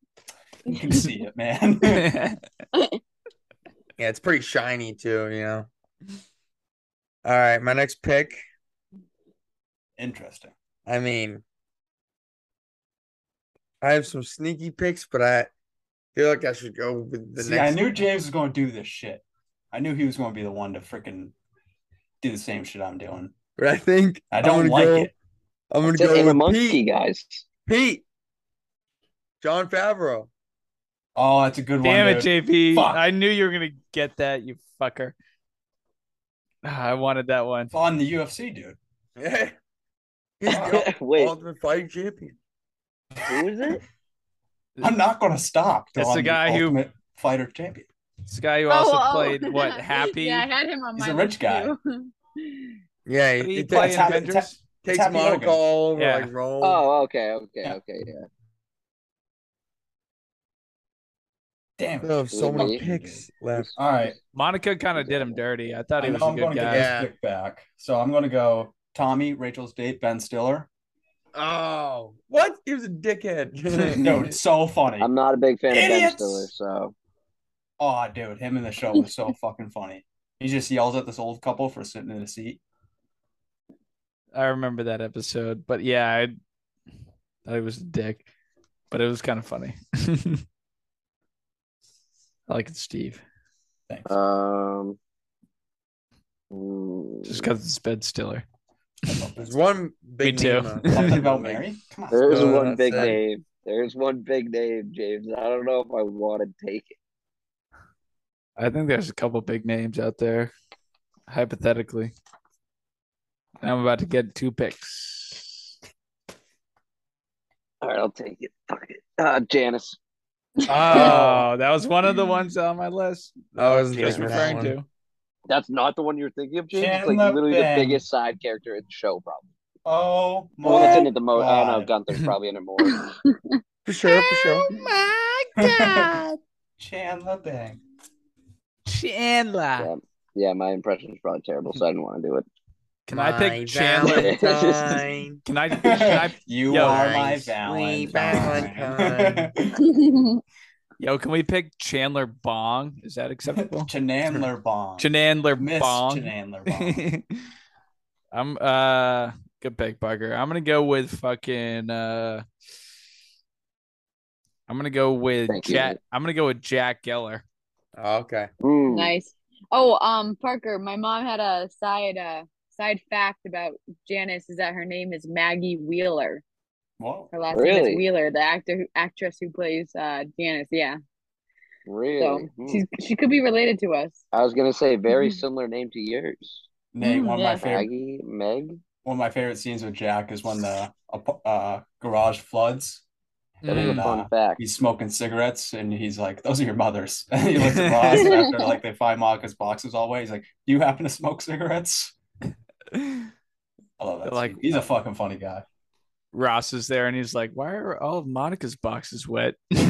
S8: You can see it, man.
S7: Yeah, it's pretty shiny too. You know. All right, my next pick.
S8: interesting.
S7: I mean, I have some sneaky picks, but I feel like I should go with the
S8: see,
S7: next.
S8: I knew James was going to do this shit. I knew he was going to be the one to freaking do the same shit I'm doing.
S7: But I think
S8: I
S7: I'm
S8: don't
S7: gonna
S8: like
S7: go-
S8: it.
S7: I'm gonna
S5: It's in
S7: go with
S5: amongst you
S7: Pete.
S5: guys.
S7: Pete, John Favreau.
S8: Oh, that's a good
S9: Damn
S8: one.
S9: it,
S8: dude.
S9: JP.
S8: Fuck.
S9: I knew you were gonna get that, you fucker. Ah, I wanted that one.
S8: On the UFC, dude.
S7: Yeah, He's the
S5: Wait.
S7: Ultimate Fighting Champion.
S5: Who is it?
S8: I'm not going to stop. till
S9: That's the
S8: I'm
S9: guy who-
S8: ultimate fighter champion.
S9: This guy who also
S11: oh.
S9: played what Happy.
S11: Yeah, I had him on
S8: He's
S11: my
S8: a rich
S11: list,
S8: guy.
S11: too.
S7: Yeah,
S9: Did
S7: he,
S9: he
S7: he
S9: play
S7: takes,
S9: in
S8: tap-
S9: Avengers?
S8: tap-
S7: takes
S8: Happy
S7: Monaco
S8: Hogan.
S7: all over
S9: Yeah.
S7: like Rome.
S5: Oh, okay, okay,
S8: Yeah.
S5: okay, yeah.
S8: Damn. it.
S7: Oh, so many
S5: Really?
S7: picks left.
S8: All right.
S9: Monica kind of did him dirty. I thought
S8: I
S9: he
S8: know
S9: was a
S8: I'm going
S9: good
S8: to
S9: guy.
S8: get
S7: guy.
S8: this pick back. So I'm going to go Tommy, Rachel's date, Ben Stiller.
S7: Oh, what? He was a dickhead.
S8: Dude, it's so funny.
S5: I'm not a big fan of Ben
S8: Idiots!
S5: Stiller, so
S8: Oh, dude, him in the show was so fucking funny. He just yells at this old couple for sitting in a seat.
S9: I remember that episode, but yeah, I thought he was a dick, but it was kind of funny. I like it, Steve,
S8: Thanks.
S5: um mm,
S9: just because it's Ben Stiller.
S7: There's one big
S9: too.
S7: name out
S8: Something
S7: there.
S8: about Mary? Come on.
S5: there is
S7: Uh,
S5: one big
S7: sorry.
S5: name. There is one big name, James. I don't know if I want to take it.
S9: I think there's a couple big names out there, hypothetically. And I'm about to get two picks.
S5: All right, I'll take it. Fuck it. Uh, Janice.
S9: Oh, that was one of
S5: Mm.
S9: the ones on my list.
S7: I was
S9: Just
S7: thinking of
S9: referring
S7: that one.
S9: to.
S5: That's not the one you're thinking of, James. It's like
S8: Chandler
S5: literally
S8: Bing.
S5: the biggest side character in the show, probably.
S8: Oh,
S5: The one that's in it the most. I don't know.
S8: God.
S5: Gunther's probably in it more.
S7: For sure, for sure.
S8: Chandler Bing.
S9: Chandler.
S5: yeah. yeah, my impression is probably terrible, so I didn't want to do it.
S9: Can I pick
S7: My
S9: Chandler?
S7: Valentine.
S9: Can I? Can I?
S8: you
S9: Yo.
S8: are my
S7: Sweet
S8: Valentine.
S9: Yo, can we pick Chandler Bong? Is that acceptable?
S8: Chandler Bong.
S9: Chandler
S8: Miss
S9: Bong.
S8: Chandler Bong.
S9: I'm uh good pick, Bugger. I'm gonna go with fucking uh I'm gonna go with
S5: Thank you.
S9: Jack. I'm gonna go with Jack Geller.
S7: Oh, okay.
S5: Mm.
S11: Nice. Oh, um, Parker, my mom had a side uh side fact about Janice is that her name is Maggie Wheeler.
S8: Whoa.
S11: Her last name
S5: Really?
S11: is Wheeler, the actor who, actress who plays uh Janice. Yeah,
S5: Really?
S11: so
S5: Hmm.
S11: she's she could be related to us.
S5: I was gonna say very
S11: Mhm.
S5: similar name to yours.
S8: Nate, one of my
S11: Yeah.
S8: favorite
S5: Maggie, Meg.
S8: one of my favorite scenes with Jack is when the ap- uh, garage floods.
S5: That is a
S8: Mm.
S5: fun fact.
S8: He's smoking cigarettes and he's like, "Those are your mother's." And he looks at Ross and after like they find Monica's boxes all the way. He's like, "Do you happen to smoke cigarettes?" I love
S9: Like-
S8: that. Like
S7: "Oh."
S8: he's a fucking funny guy.
S9: Ross is there and he's like, Why are all of Monica's boxes wet?
S7: Do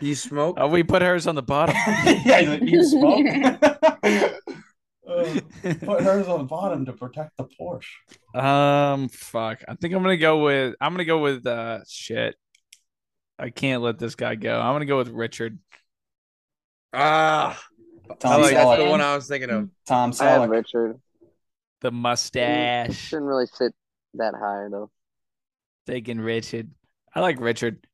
S7: you smoke?
S9: oh, we put hers on the bottom.
S8: yeah, he's like, "Do you smoke?" Uh, Put hers on bottom to protect the Porsche.
S9: um fuck. I think I'm gonna go with I'm gonna go with uh shit. I can't let this guy go. I'm gonna go with Richard.
S7: Ah, I
S8: Tom
S7: like that's the
S8: Selleck.
S7: one I was thinking of.
S8: Tom
S5: I had
S8: Selleck.
S5: Richard.
S9: The mustache.
S5: Shouldn't really sit that high though.
S9: Taking Richard. I like Richard.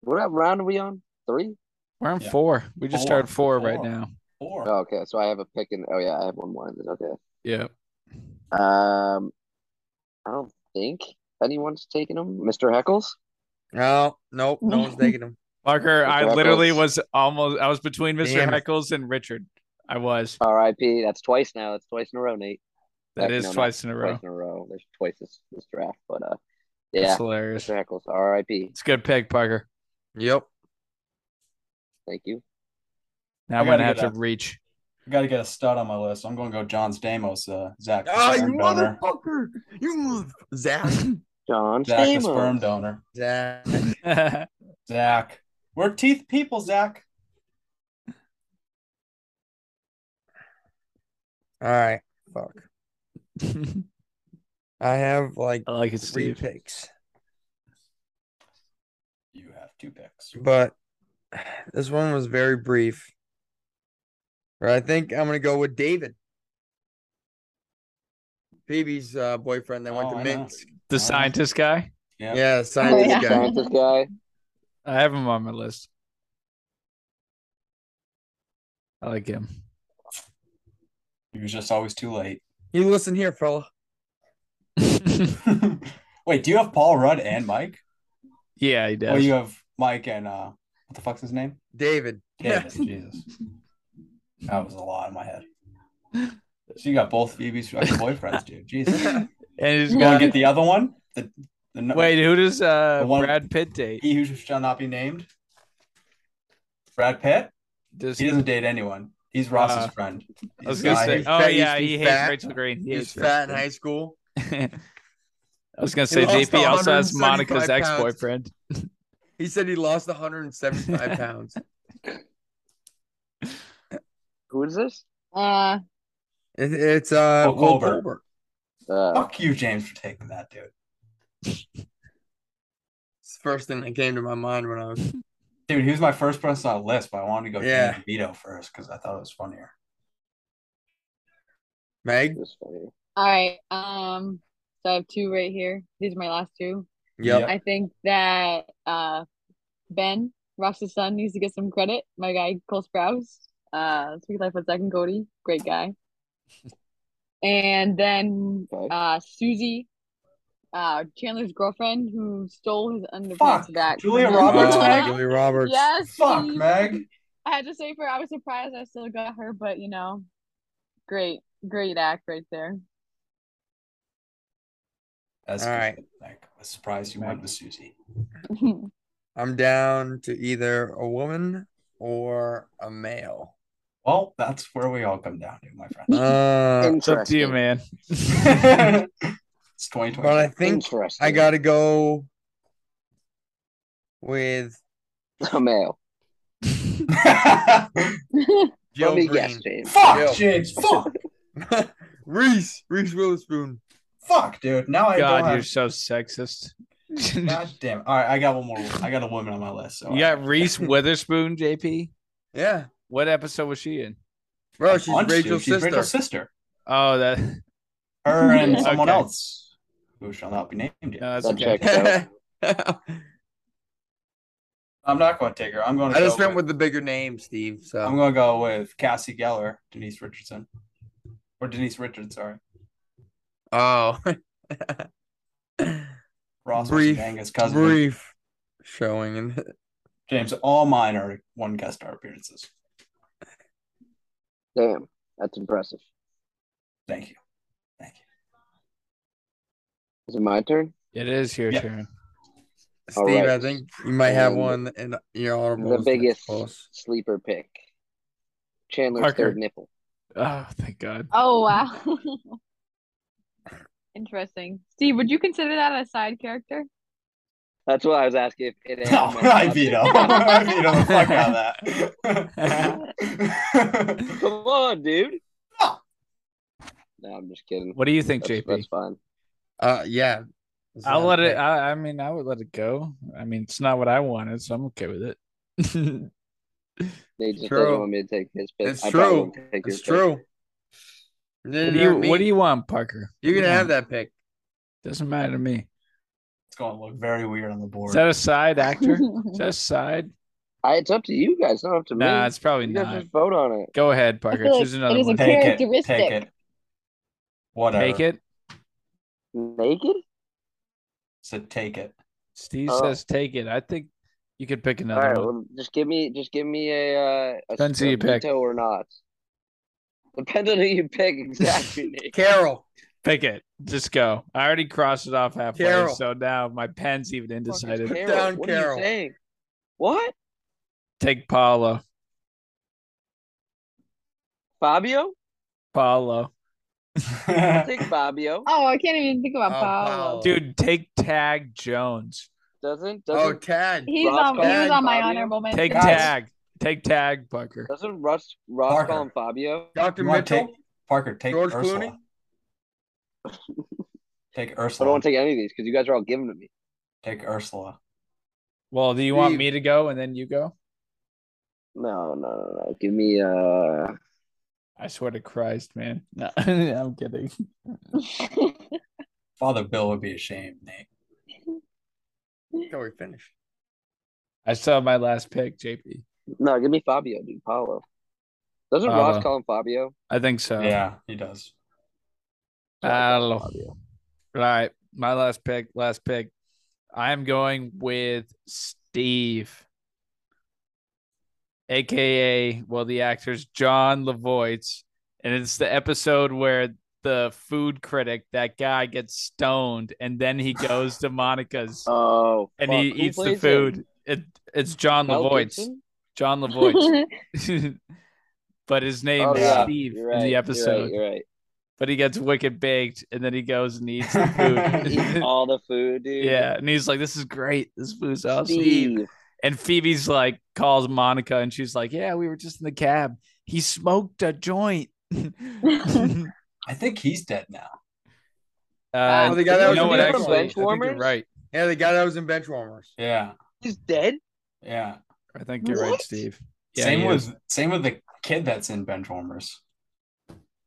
S5: What round are we on? Three?
S9: We're on
S8: Yeah.
S9: four. We just
S8: Four.
S9: started four, right
S8: Four.
S9: now.
S8: Or
S5: Oh, okay, so I have a pick in. Oh yeah, I have one more. In this. Okay.
S9: Yeah.
S5: Um, I don't think anyone's taking him. Mr. Heckles.
S7: No, Oh, nope, no one's taking him.
S9: Parker,
S5: Mr.
S9: I literally
S5: Heckles.
S9: was almost I was between Mr.
S7: Damn it.
S9: Heckles and Richard. I was.
S5: R.I.P. That's twice now. That's twice in a row, Nate.
S9: That
S5: Actually,
S9: is
S5: no, not
S9: twice in a row.
S5: Twice in a row. There's twice this, this draft, but uh,
S9: That's
S5: yeah.
S9: hilarious.
S5: Mr. Heckles. R.I.P.
S9: It's a good pick, Parker.
S7: Yep.
S5: Thank you.
S9: Now
S8: I
S9: I'm gonna
S8: gotta
S9: have
S8: get
S9: to
S8: up.
S9: reach.
S8: I gotta get a stud on my list. I'm gonna go John Stamos, uh, Zach. the
S7: Ah, you
S8: sperm donor.
S7: motherfucker! You mother Zach.
S5: John
S8: Zach, the sperm
S5: Stamos.
S8: donor.
S7: Zach.
S8: Zach, we're teeth people, Zach.
S7: All right. Fuck. I have like
S8: Oh,
S9: I like it,
S7: three
S9: Steve.
S7: picks,
S8: You have two picks.
S7: but this one was very brief. But I think I'm gonna go with David. Phoebe's uh, boyfriend that went
S8: Oh,
S7: to
S8: I know.
S7: Minsk.
S9: The scientist guy.
S8: Yeah.
S7: Yeah,
S5: Oh,
S7: scientist
S11: yeah.
S7: guy.
S5: Scientist guy.
S9: I have him on my list. I like him.
S8: He was just always too late.
S7: You listen here, fella.
S8: Wait, do you have Paul Rudd and Mike?
S9: yeah, he
S8: Oh,
S9: does.
S8: you have Mike and uh, what the fuck's his name?
S7: David.
S8: David. Jesus, that was a lot in my head. So you got both Phoebe's fucking boyfriends, dude. Jesus.
S9: And he's
S8: You want
S9: got
S8: to get the other one? The, the no-
S9: Wait, who does uh
S8: The one-
S9: Brad Pitt date?
S8: He who shall not be named. Brad Pitt.
S9: Does-
S8: he doesn't date anyone. He's Ross's
S9: Uh,
S8: friend.
S9: I was
S8: He's
S9: gonna
S8: guy
S9: say,
S8: who-
S9: oh
S8: Fat-
S9: yeah,
S8: he's-
S9: he
S8: he's
S9: hates
S8: fat.
S9: Rachel Green. He
S8: He's
S9: hates
S8: fat
S9: Rachel
S8: in
S9: Green.
S8: high
S12: school.
S9: I was gonna say
S12: He lost
S9: JP also has
S12: 175
S9: Monica's
S12: pounds.
S9: ex-boyfriend.
S12: He said he lost 175 pounds.
S5: Who is this?
S11: Uh,
S12: It, it's uh,
S8: Oh,
S12: Will
S8: Colbert.
S12: Colbert.
S5: Uh,
S8: Fuck you, James, for taking that, dude.
S12: It's the first thing that came to my mind when I was.
S8: Dude, he was my first person on the list, but I wanted to go
S12: Yeah.
S8: Danny DeVito first because I thought it was funnier.
S12: Meg?
S11: all right. Um, so I have two right here. These are my last two.
S12: Yep.
S11: I think that uh, Ben Ross's son needs to get some credit. My guy Cole Sprouse, uh, Sweet Life of Zack and Cody, great guy. And then uh, Susie, uh, Chandler's girlfriend, who stole his underpants back.
S8: Julia
S11: from him.
S7: Uh,
S8: Roberts, Meg?
S12: Ah, Julia Roberts.
S11: Yes.
S8: Fuck,
S11: she-
S8: Meg.
S11: I had to say for I was surprised I still got her, but you know, great, great act right there.
S8: That's
S12: All
S8: good.
S12: right.
S8: Like, I was surprised you went with Susie.
S12: I'm down to either a woman or a male.
S8: Well, that's where we all come down to, my friend.
S12: Uh,
S9: It's up to you, man.
S8: It's 2020.
S12: But I think I got to go with
S5: a male.
S12: Joe
S5: Let me
S12: Green.
S5: guess, James.
S8: Fuck,
S12: Yo.
S8: James. Fuck.
S12: Reese. Reese Witherspoon.
S8: Fuck, dude. Now I
S9: God,
S8: don't
S9: you're
S8: have...
S9: so sexist.
S8: God damn. All right, I got one more. I got a woman on my list. So uh,
S9: You got Reese Witherspoon, JP.
S12: Yeah.
S9: What episode was she in?
S12: Bro,
S8: A
S12: she's
S8: bunch, dude.
S12: Rachel's
S8: She's
S12: sister.
S8: Rachel's sister.
S9: Oh, that.
S8: Her and someone
S9: Okay.
S8: else who shall not be named. Yet.
S9: No, that's
S8: That
S9: okay.
S8: checks
S12: I
S8: I'm not going to take her. I'm going to.
S12: just
S8: go
S12: went with the bigger name, Steve. So
S8: I'm going to go with Cassie Geller, Denise Richardson, or Denise Richards. Sorry,
S12: Oh,
S8: Ross
S12: brief,
S8: Mangan's cousin.
S12: Oh. brief showing. In
S8: James. All mine are one guest star appearances.
S5: Damn, that's impressive.
S8: Thank you.
S5: Is it my turn?
S9: It is your
S8: Yeah.
S9: turn.
S12: Steve,
S5: All right.
S12: I think you might have
S5: And
S12: one in your honorable.
S5: the biggest sleeper pick. Chandler's
S12: Parker.
S5: third nipple.
S9: Oh, thank God.
S11: Oh wow. Interesting. Steve, would you consider that a side character?
S5: That's what I was asking. If it
S8: Oh, I beat him. I beat him the fuck out of that.
S5: Come on, dude. No, I'm just kidding.
S9: What do you think,
S5: That's-
S9: JP?
S5: That's fine.
S12: Uh, yeah.
S9: I'll let it. I, I mean, I would let it go. I mean, it's not what I wanted, so I'm okay with it.
S5: They just
S9: True.
S5: doesn't want me to take his pick.
S12: It's
S5: I probably
S12: true.
S5: won't take your
S12: It's
S5: pick.
S12: true.
S9: What
S12: Didn't
S9: do you
S12: hurt me.
S9: What do you want, Parker?
S12: You're
S9: What do
S12: gonna
S9: you
S12: have that
S9: want?
S12: pick.
S9: Doesn't matter to me.
S8: It's going to look very weird on the board.
S9: Is that a side actor? Is that a side?
S5: I, it's up to you guys, not up to me.
S9: Nah, it's probably
S5: you guys
S9: not.
S5: just vote on it.
S9: Go ahead, Parker.
S11: feel like
S9: Choose another
S11: it is a
S9: one.
S11: Take it. characteristic. Take it.
S8: Whatever.
S9: Take it.
S5: Naked?
S8: So take it.
S9: Steve
S5: Oh.
S9: says take it. I think you could pick
S5: All
S9: another
S5: right,
S9: one.
S5: well, just give me, just give me a, uh, a
S9: Depends who you
S5: a
S9: pick.
S5: veto or not. Depends on who you pick, exactly. Nate.
S12: Carol.
S9: Pick it. Just go. I already crossed it off halfway,
S5: Carol.
S9: so now my pen's even indecided.
S5: Carol,
S12: down
S5: what
S12: Carol.
S5: Are you saying? What?
S9: Take Paulo.
S5: Fabio?
S9: Paulo.
S5: Take Fabio.
S11: Oh, I can't even think about
S12: Oh,
S11: Paolo.
S12: Paolo.
S9: Dude, take Tag Jones.
S5: Doesn't
S12: Oh,
S5: doesn't
S12: Tad.
S11: He's
S5: Ross
S11: on. He was
S12: Bad
S11: on my
S5: Fabio?
S11: honorable mention.
S9: Take
S8: Guys.
S9: Tag. Take Tag, Parker.
S5: doesn't Ross Ross
S8: Parker.
S5: call him Fabio?
S12: Dr.
S8: You want to
S12: Mitchell.
S8: take Parker? Take
S12: George
S8: Ursula.
S12: Clooney?
S8: Take
S5: I don't
S8: Ursula.
S5: want to take any of these because you guys are all giving to me.
S8: Take Ursula.
S9: Well, do you want
S12: Steve.
S9: me to go and then you go?
S5: No, no, no, no. Give me uh
S9: I swear to Christ, man. No, I'm kidding.
S8: Father Bill would be ashamed, Nate.
S12: Till we finish.
S9: I still have my last pick, JP.
S5: no, give me Fabio, dude. Paulo. Doesn't
S9: Paulo.
S5: Ross call him Fabio?
S9: I think so.
S8: Yeah, he does.
S9: Paulo. All right. My last pick. Last pick. I'm going with Steve. AKA, well, the actor's John Lavoitz. And it's the episode where the food critic, that guy gets stoned, and then he goes to Monica's.
S5: Oh,
S9: and he
S5: fuck. Who
S9: eats the
S5: plays
S9: food.
S5: him?
S9: It it's John
S5: Mel
S9: Lavoie.
S5: Gibson?
S9: John Lavoie. but his name
S5: Oh,
S9: is
S5: yeah.
S9: Steve
S5: You're right.
S9: in
S5: You're right.
S9: the episode.
S5: You're right.
S9: But he gets wicked baked, and then he goes and eats the food.
S5: Eats all the food, dude.
S9: Yeah, and he's like, "This is great. This food's awesome."
S5: Steve.
S9: And Phoebe's like, calls Monica, and she's like, "Yeah, we were just in the cab. He smoked a joint."
S8: I think he's dead now.
S9: Uh,
S12: oh,
S5: Um,
S12: the guy that
S9: you
S12: was
S9: know
S12: in
S9: what?
S12: bench
S9: Actually, I
S12: warmers.
S9: think you're right.
S12: Yeah, the guy that was in bench warmers.
S8: Yeah,
S5: He's dead.
S8: yeah.
S9: I think you're right,
S5: What?
S9: Steve. Yeah,
S8: same
S9: he
S8: with
S9: is.
S8: same with the kid that's in Benchwarmers.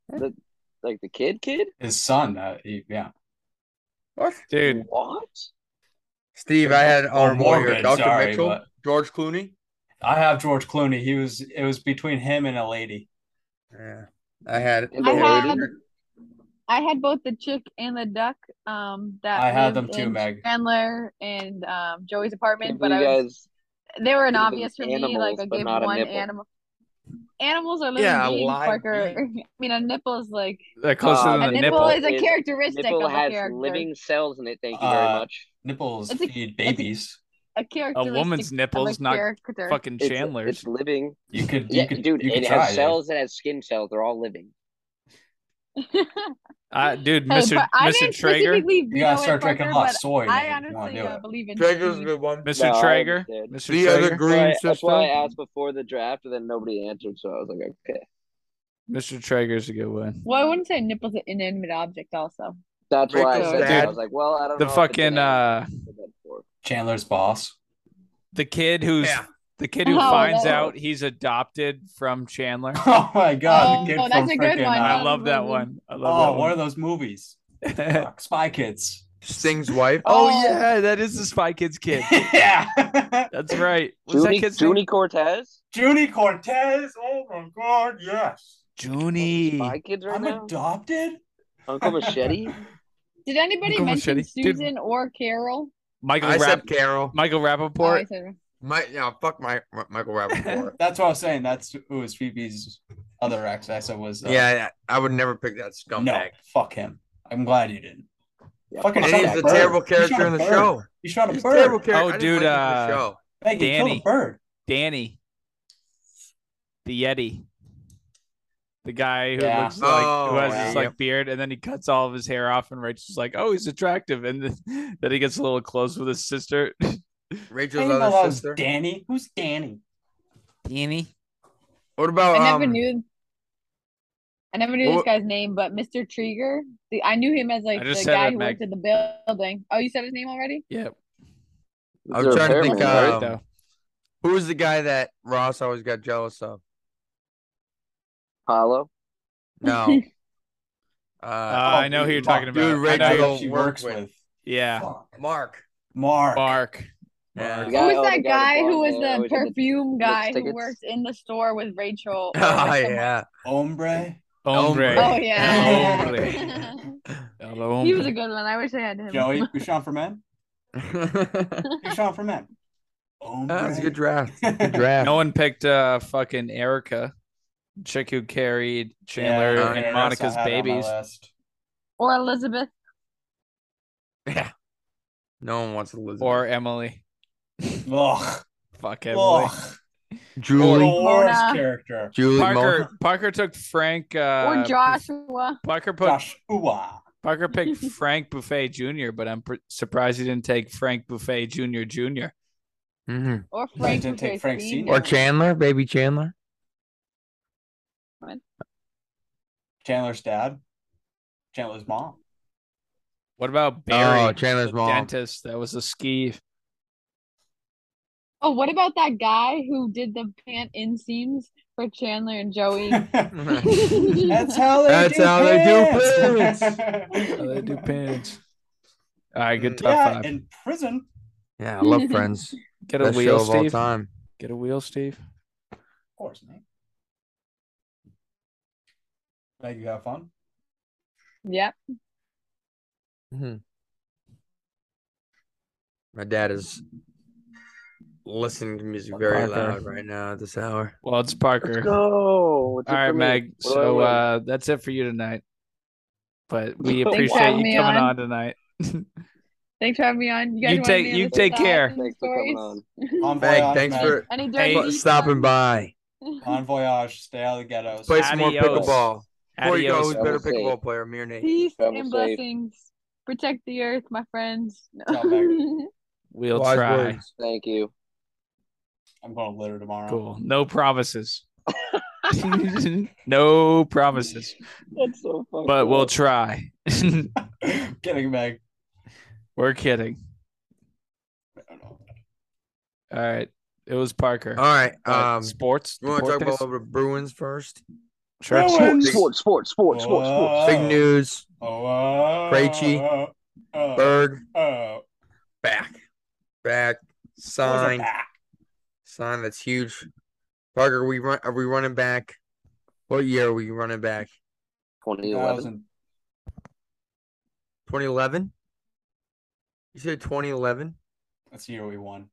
S5: The, like the kid, kid.
S8: His son. Uh, he, yeah.
S12: What?
S9: dude.
S5: What?
S12: Steve, I had honorable
S8: morbid,
S12: here. Dr.
S8: sorry,
S12: Mitchell,
S8: but-
S12: George Clooney.
S8: I have George Clooney. He was. It was between him and a lady.
S12: Yeah, I had
S5: And
S11: I
S5: the
S11: had
S5: lady.
S11: I had both the chick and the duck. Um, that
S8: I had them
S11: lived
S8: too,
S11: in
S8: Meg.
S11: Chandler and um Joey's apartment,
S5: Give
S11: but
S5: you
S11: I was
S5: guys
S11: they were
S5: give
S11: an
S5: them
S11: obvious for me.
S5: animals,
S11: Like I
S5: but
S11: gave
S5: not a
S11: one
S5: nipple.
S11: animal. Animals are living
S7: Yeah, a
S11: beings,
S7: live
S11: Parker. I mean, a nipple is like
S9: They're closer
S5: Uh,
S9: than
S11: a
S9: the
S11: nipple,
S9: nipple.
S11: is a
S5: is-
S11: characteristic
S5: nipple
S11: of a
S5: has
S11: character.
S5: living cells in it. Thank you very
S8: Uh,
S5: much.
S8: nipples
S11: It's a-
S8: feed babies.
S11: a characteristic.
S9: woman's
S11: of
S9: nipples, not
S11: character.
S9: Fucking
S5: It's
S9: Chandler's.
S5: it's living.
S8: You could. You
S5: Yeah,
S8: could.
S5: dude,
S8: you could
S5: it
S8: try,
S5: has cells. It has skin cells. They're all living.
S9: Uh, dude,
S11: Hey,
S9: Mr.
S11: but I
S9: Mr.
S11: didn't
S9: Traeger,
S11: specifically
S8: You gotta
S11: veto it,
S8: start drinking
S11: Parker,
S8: hot
S11: but
S8: soy, man,
S11: I
S8: if you wanna
S11: honestly
S8: do
S11: uh,
S8: it.
S11: believe in
S12: Traeger's a
S11: food.
S12: good one.
S5: No,
S9: Mr.
S5: I
S9: Traeger,
S5: understand.
S9: Mr.
S12: The other
S9: Traeger,
S5: That's why,
S12: green
S5: that's why
S12: sister.
S5: I asked before the draft, and then nobody answered. So I was like, okay,
S9: Mr. Traeger's a good one.
S11: Well, I wouldn't say nipples an inanimate object. Also,
S5: that's why I
S12: Rachel's
S5: said that.
S9: uh, dad.
S5: I was like, well, I don't
S9: The
S5: know.
S9: fucking uh,
S8: Chandler's boss.
S9: the kid who's
S12: Yeah.
S9: the kid who
S11: Oh,
S9: finds
S11: that-
S9: out he's adopted from Chandler.
S8: Oh my god!
S11: Oh,
S8: the kid
S11: that's
S8: from
S11: a good
S8: frickin',
S11: one.
S8: uh,
S9: I love that one. I
S8: Oh,
S9: love
S8: what are
S9: that
S8: those movies?
S9: one.
S8: Fuck, Spy Kids.
S12: Sting's wife.
S9: oh
S11: Oh.
S9: yeah, that is the Spy Kids kid.
S8: yeah.
S9: That's right. What's that
S5: Junie,
S9: kid's
S5: Junie
S9: name?
S5: Cortez.
S8: Junie Cortez. Oh my god, yes.
S5: Oh, Spy
S9: Junie.
S5: Kids right
S8: I'm
S5: now.
S8: adopted?
S5: Uncle Machete.
S11: did anybody
S9: Uncle
S11: mention
S9: Machete. Dude.
S11: Susan or Carol?
S9: Michael
S12: I
S9: Rap-
S12: said Carol.
S9: Michael
S11: Oh, I
S9: Rappaport.
S11: said-
S12: My, yeah, fuck my, Michael Rappaport.
S8: That's what I was saying. That's who was Phoebe's other ex. I said was uh,
S12: yeah, yeah, I would never pick that
S8: No,
S12: scumbag.
S8: fuck him. I'm glad you didn't.
S5: Yeah,
S8: Fucking
S12: And
S8: shot
S12: he's a
S8: bird.
S12: terrible
S8: You shot
S12: character
S8: a
S12: in the
S8: bird.
S12: show.
S8: You shot a
S12: He's a
S8: bird.
S12: terrible character.
S9: Oh,
S12: I didn't like
S9: dude,
S12: him in the
S9: uh,
S12: show.
S8: Meg, you
S9: Danny.
S8: killed a bird.
S9: Danny. The Yeti. The guy who
S8: Yeah.
S9: looks like who
S12: Oh,
S9: has
S8: yeah.
S9: this like beard and then he cuts all of his hair off and Rachel's like, Oh, he's attractive and then, then he gets a little close with his sister.
S8: I
S12: Rachel's
S8: didn't know that
S12: other
S8: was
S12: sister.
S8: Danny. Who's Danny?
S9: Danny.
S12: What about
S11: I never
S12: um,
S11: knew. I never knew this
S12: what-
S11: guy's name, but Mr. Trigger. The, I knew him as like
S9: I just
S11: the
S9: said
S11: guy
S9: it,
S11: who
S9: Meg.
S11: worked in the building. Oh, you said his name already?
S9: Yeah.
S12: I'm
S5: They're
S12: trying to think,
S5: repairmen,
S9: um,
S12: uh,
S5: right?
S9: Right though.
S12: who was the guy that Ross always got jealous of?
S5: Hollow.
S12: No. Uh,
S9: Uh, I know who you're talking
S8: Fuck,
S9: about.
S12: dude,
S9: I know
S8: I
S9: who-
S8: know
S12: Rachel
S8: who she
S12: worked
S8: works with.
S12: with.
S9: yeah.
S8: Fuck.
S12: Mark.
S8: Mark.
S9: Mark.
S12: Yeah.
S5: The
S11: Who was
S5: oh, the
S11: that guy who
S5: with
S11: was
S5: the blonde hair,
S11: the
S5: always had the
S11: perfume guy who
S5: tickets?
S11: works in the store with Rachel? or
S12: Oh
S11: with someone-
S12: yeah.
S8: Ombre.
S9: Ombre.
S11: Oh
S12: Ombre.
S11: yeah.
S9: Hombre.
S11: yeah.
S9: El hombre.
S11: he was a good one. I wish I had him.
S8: Joey. You shot for men? You shot for men. Ombre.
S12: that was a good draft. Good
S5: Oh,
S12: draft.
S9: no one picked uh fucking Erica. Chick who carried Chandler
S12: Yeah,
S9: and
S12: yeah,
S9: Monica's babies.
S11: Or Elizabeth.
S12: No one wants to lose.
S9: Or Emily.
S8: Ugh.
S9: Fuck Emily.
S8: Ugh.
S12: Julie.
S8: The worst
S11: Mona.
S8: character.
S12: Julie
S9: Parker
S12: Mona.
S9: Parker took Frank uh
S11: or Joshua.
S9: Parker put
S8: Joshua.
S9: Parker picked Frank Buffet Jr., but I'm pr- surprised he didn't take Frank Buffet Jr. Jr.
S12: Mhm.
S11: Or Frank.
S8: didn't take
S11: Lucas
S8: Frank Senior.
S12: Or Chandler, baby Chandler.
S8: Chandler's dad. Chandler's mom.
S9: What about Barry?
S12: Oh, Chandler's
S9: the
S12: mom.
S9: Dentist. That was a ski.
S11: Oh, what about that guy who did the pant inseams for Chandler and Joey?
S8: That's how they
S12: That's
S8: do
S12: how they do
S8: pants.
S9: they do pants. All right, good
S12: Mm.
S9: top
S8: Yeah,
S9: five.
S8: in prison.
S12: Yeah, I love Friends.
S9: Get a
S12: Best show
S9: wheel,
S12: of all
S9: Steve.
S12: time.
S9: Get a wheel, Steve.
S8: Of course, mate. Like you have fun.
S11: yep.
S12: Mhm. My dad is listening to music very
S9: Parker.
S12: loud right now at this hour.
S9: Well, it's Parker.
S5: Let's go. What's
S9: All
S5: it
S9: right,
S5: for me?
S9: Meg.
S5: What do I
S9: So
S5: win?
S9: uh, that's it for you tonight. But
S11: Thanks
S9: we
S11: for
S9: appreciate
S11: having
S9: you
S11: me
S9: coming
S11: on.
S9: on tonight.
S11: Thanks for having me on. You guys
S9: You
S11: want
S9: take-
S11: any
S9: you
S11: other
S9: take
S11: thoughts
S9: care.
S11: and
S9: Thanks
S5: for coming
S11: stories?
S8: Bon
S7: Thank,
S8: voyage,
S7: thanks
S8: man.
S7: for
S11: Any dirty
S7: fu-
S11: deeds?
S7: stopping by.
S8: Bon voyage. Stay out of the ghettos.
S7: Play some more
S9: Adios.
S7: pickleball. Before you go,
S9: Adios.
S7: who's a
S5: Travel
S7: better
S5: safe.
S7: pickleball player, me or Nate?
S11: Peace
S5: Travel
S11: and
S5: safe.
S11: blessings. Protect the earth, my friends.
S8: Ciao, Mary.
S9: We'll
S7: Wise
S9: try.
S7: words.
S5: Thank you.
S8: I'm going to litter tomorrow.
S9: Cool. No promises. no promises.
S5: That's so fucked
S9: But we'll
S5: up.
S9: try.
S8: Getting back.
S9: We're kidding.
S8: I don't know.
S9: All right. It was Parker.
S7: All right.
S9: Uh,
S7: Um,
S9: sports.
S7: you want to talk
S9: deportes?
S7: about the Bruins first?
S9: Sure.
S7: Sports.
S5: Sports, sports, sports, sports, sports.
S7: Big news.
S8: Oh, uh,
S7: Krejci.
S8: uh, uh,
S7: Bird
S8: uh,
S7: back, back sign, sign. That's huge. Parker, we run. Are we running back? What year are we running back?
S5: 2011.
S8: 2000.
S7: 2011. You said 2011.
S8: That's the year we won.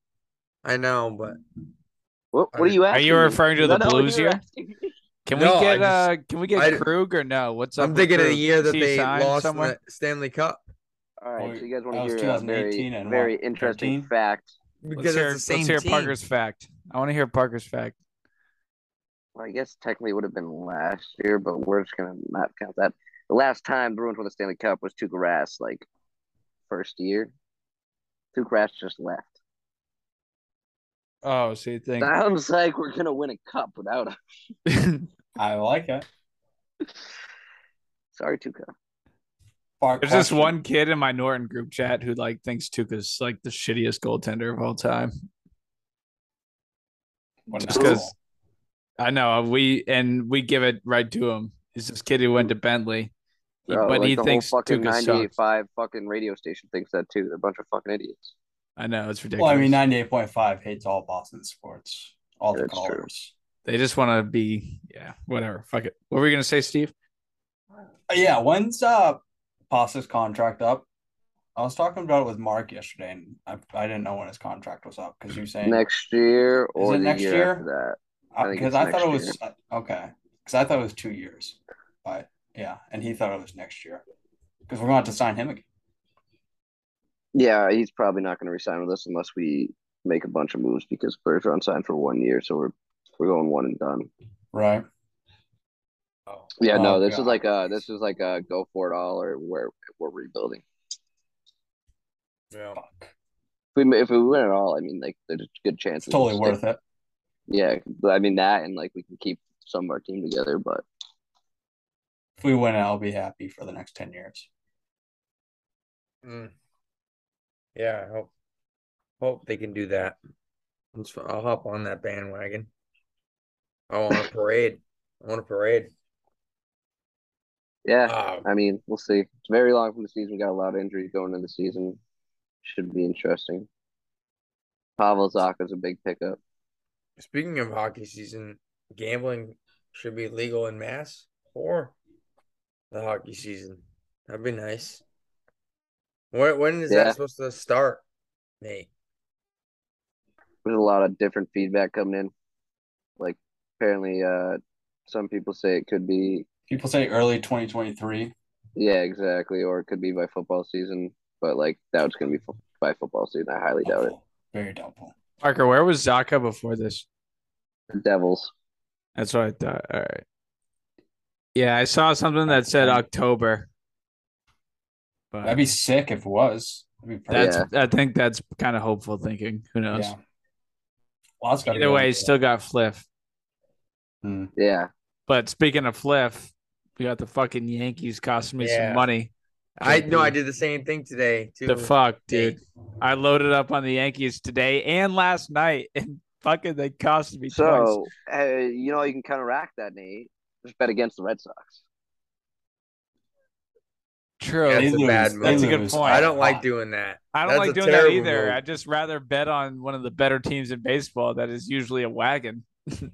S7: I know, but
S5: What, what are you
S9: Are
S5: asking?
S9: you referring to
S5: me?
S9: the
S5: I know what
S9: Blues
S5: you're
S9: year?
S5: asking.
S9: Can
S7: No,
S9: we
S7: I
S9: get
S7: just-
S9: uh can we get
S7: I-
S9: Krug or no? What's up?
S7: I'm
S9: with
S7: thinking of the
S9: Krug?
S7: year
S9: Is
S7: that
S9: he
S7: they
S9: signed
S7: lost in
S9: somewhere?
S7: the Stanley Cup
S5: All right,
S8: Well,
S5: so you guys want
S8: that
S5: to
S8: was
S5: hear a very,
S8: 2018 and
S5: very
S8: what,
S5: interesting
S8: 13?
S5: fact.
S7: because
S9: Let's hear,
S7: it's the same
S9: let's hear
S7: team.
S9: Parker's fact. I want to hear Parker's fact.
S5: Well, I guess technically it would have been last year, but we're just gonna not count that. The last time Bruins won the Stanley Cup was Tuukka Rask, like first year. Tuukka Rask just left.
S9: Oh, so you think
S5: Sounds like we're gonna win a cup without him.
S8: I like it.
S5: Sorry, Tuukka.
S8: Far
S9: There's this
S8: question.
S9: one kid in my Norton group chat who like thinks Tuca's like the shittiest goaltender of all time.
S8: What an
S9: Just because
S8: asshole.
S9: I know uh, we and we give it right to him. Is this kid who went to Bentley, He-
S5: Bro,
S9: but
S5: like
S9: he
S5: the
S9: thinks
S5: whole fucking
S9: Tuca sucks.
S5: 98.5 fucking radio station thinks that too. They're a bunch of fucking idiots.
S9: I know it's ridiculous.
S8: Well, I mean, 98.5 hates all Boston sports, all the
S5: That's true.
S8: callers.
S9: they just want to be yeah, whatever. Fuck it. What were you gonna say, Steve?
S8: Uh, Yeah, when's uh Pasta's contract up? I was talking about it with Mark yesterday, and I, I didn't know when his contract was up because you were saying
S5: Next year or
S8: it
S5: the
S8: next
S5: year,
S8: year?
S5: after I think
S8: because
S5: it's
S8: I, thought it
S5: next
S8: was uh, okay because I thought it was two years, but yeah, and he thought it was next year because we're going to sign him again.
S5: that. Yeah, he's probably not gonna resign with us unless we make a bunch of moves because Bergeron signed for one year, so we're we're going one and done.
S8: Right. Oh.
S5: Yeah, no,
S8: Oh,
S5: this
S8: God.
S5: is like a this is like a go for it all or where we're rebuilding.
S7: Yeah.
S8: Fuck.
S5: If we if we win it all, I mean, like there's a good chance
S8: It's totally worth it.
S5: Yeah, but I mean that, and like we can keep some of our team together, but
S8: If we win, I'll be happy for the next ten years.
S7: Mm. Yeah, I hope hope they can do that. Let's- I'll hop on that bandwagon. I want a parade. I want a parade.
S5: yeah,
S7: Uh,
S5: I mean we'll see. It's very long from the season. We got a lot of injuries going into the season. Should be interesting. Pavel Zaka's a big pickup.
S7: speaking of hockey season, gambling should be legal in Mass for the hockey season. That'd be nice. When, when is
S5: Yeah.
S7: that supposed to start, Nate?
S5: There's a lot of different feedback coming in. Like apparently, uh, some people say it could be
S8: People say early 2023.
S5: Yeah, exactly. Or it could be by football season, but like that was going to be fo- by football season. I highly doubt it.
S8: Doubtful. Very doubtful.
S9: Parker, where was Zaka before this?
S5: The Devils.
S9: That's what I thought. All right. Yeah, I saw something that said October. But
S8: That'd be sick if it was. That'd be perfect.
S9: that's I think that's kind of hopeful thinking. Who knows?
S8: Yeah. Well, that's gotta
S9: Either
S8: go
S9: way,
S8: with it.
S9: still got Fliff.
S8: Hmm.
S5: Yeah.
S9: But speaking of Fliff, we got the fucking Yankees costing me
S7: Yeah.
S9: some money.
S7: I know I did the same thing today too.
S9: The fuck,
S7: Hey.
S9: dude. I loaded up on the Yankees today and last night, and fucking they cost me twice.
S5: So, uh, you know, you can counteract that, Nate. Just bet against the Red Sox.
S9: True.
S7: That's
S8: They
S7: a bad
S8: they
S7: move. That's a
S9: good
S8: lose
S9: point.
S7: I don't
S8: a
S7: like
S8: lot.
S7: doing that.
S9: I don't
S7: That's
S9: like
S7: a
S9: doing that
S7: terrible
S9: either.
S7: move.
S9: I'd just rather bet on one of the better teams in baseball that is usually a wagon.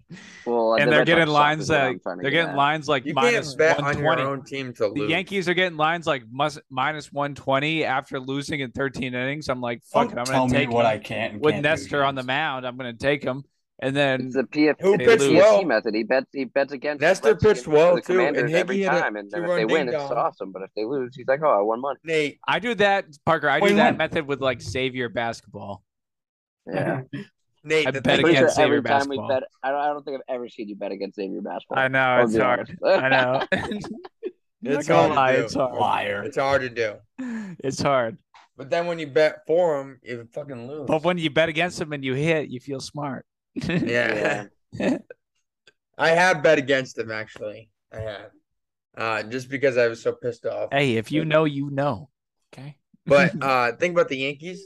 S5: Well, uh,
S9: and
S5: the
S9: they're
S5: Red Sox
S9: getting
S5: suck
S9: lines
S5: is what I'm
S9: like
S5: trying to
S9: they're
S5: get
S9: getting
S5: at.
S9: lines like
S7: You
S9: minus
S7: can't bet on your
S9: 120.
S7: own team to
S9: The
S7: lose.
S9: Yankees are getting lines like mus- minus 120 after losing in 13 innings. I'm like, fuck it,
S8: Don't
S9: I'm
S8: tell
S9: going to
S8: me
S9: take
S8: what
S9: him.
S8: I can't and
S9: with
S8: can't do,
S9: Nestor on the
S8: James.
S9: mound. I'm going to take him. And then
S5: the PF,
S9: Who
S5: the
S9: pitched
S5: PFT
S9: well?
S5: method. He bets. He bets against the
S7: Nestor
S5: Redskins
S7: pitched
S5: for
S7: well,
S5: the
S7: too, and
S5: Commanders
S7: Higgy
S5: every
S7: hit a
S5: time. And then if
S7: two-run
S5: they win, it's
S7: ding-dong.
S5: awesome. But if they lose, he's like, "Oh, I won money."
S7: Nate.
S9: I do that, Parker. I do
S5: Wait,
S9: that
S5: what?
S9: method with like save your basketball.
S5: Yeah.
S7: Nate,
S9: I
S7: the
S9: bet
S5: I'm pretty sure
S9: against Xavier
S5: every time
S9: basketball.
S5: we bet, I don't, I don't think I've ever seen you bet against Xavier basketball.
S9: I know
S5: I'll
S9: it's
S5: be
S9: hard.
S5: honest.
S9: I know.
S7: Oh,
S9: Not
S7: It's hard
S9: gonna
S7: to
S9: lie,
S7: do.
S9: it's hard.
S8: Liar.
S7: It's hard to do.
S9: It's hard.
S7: But then when you bet for him, you fucking lose.
S9: But when you bet against them and you hit, you feel smart.
S7: yeah. I have bet against him actually. I have. Uh, just because I was so pissed off.
S9: Hey, if you know, you know. Okay.
S7: But uh thing about the Yankees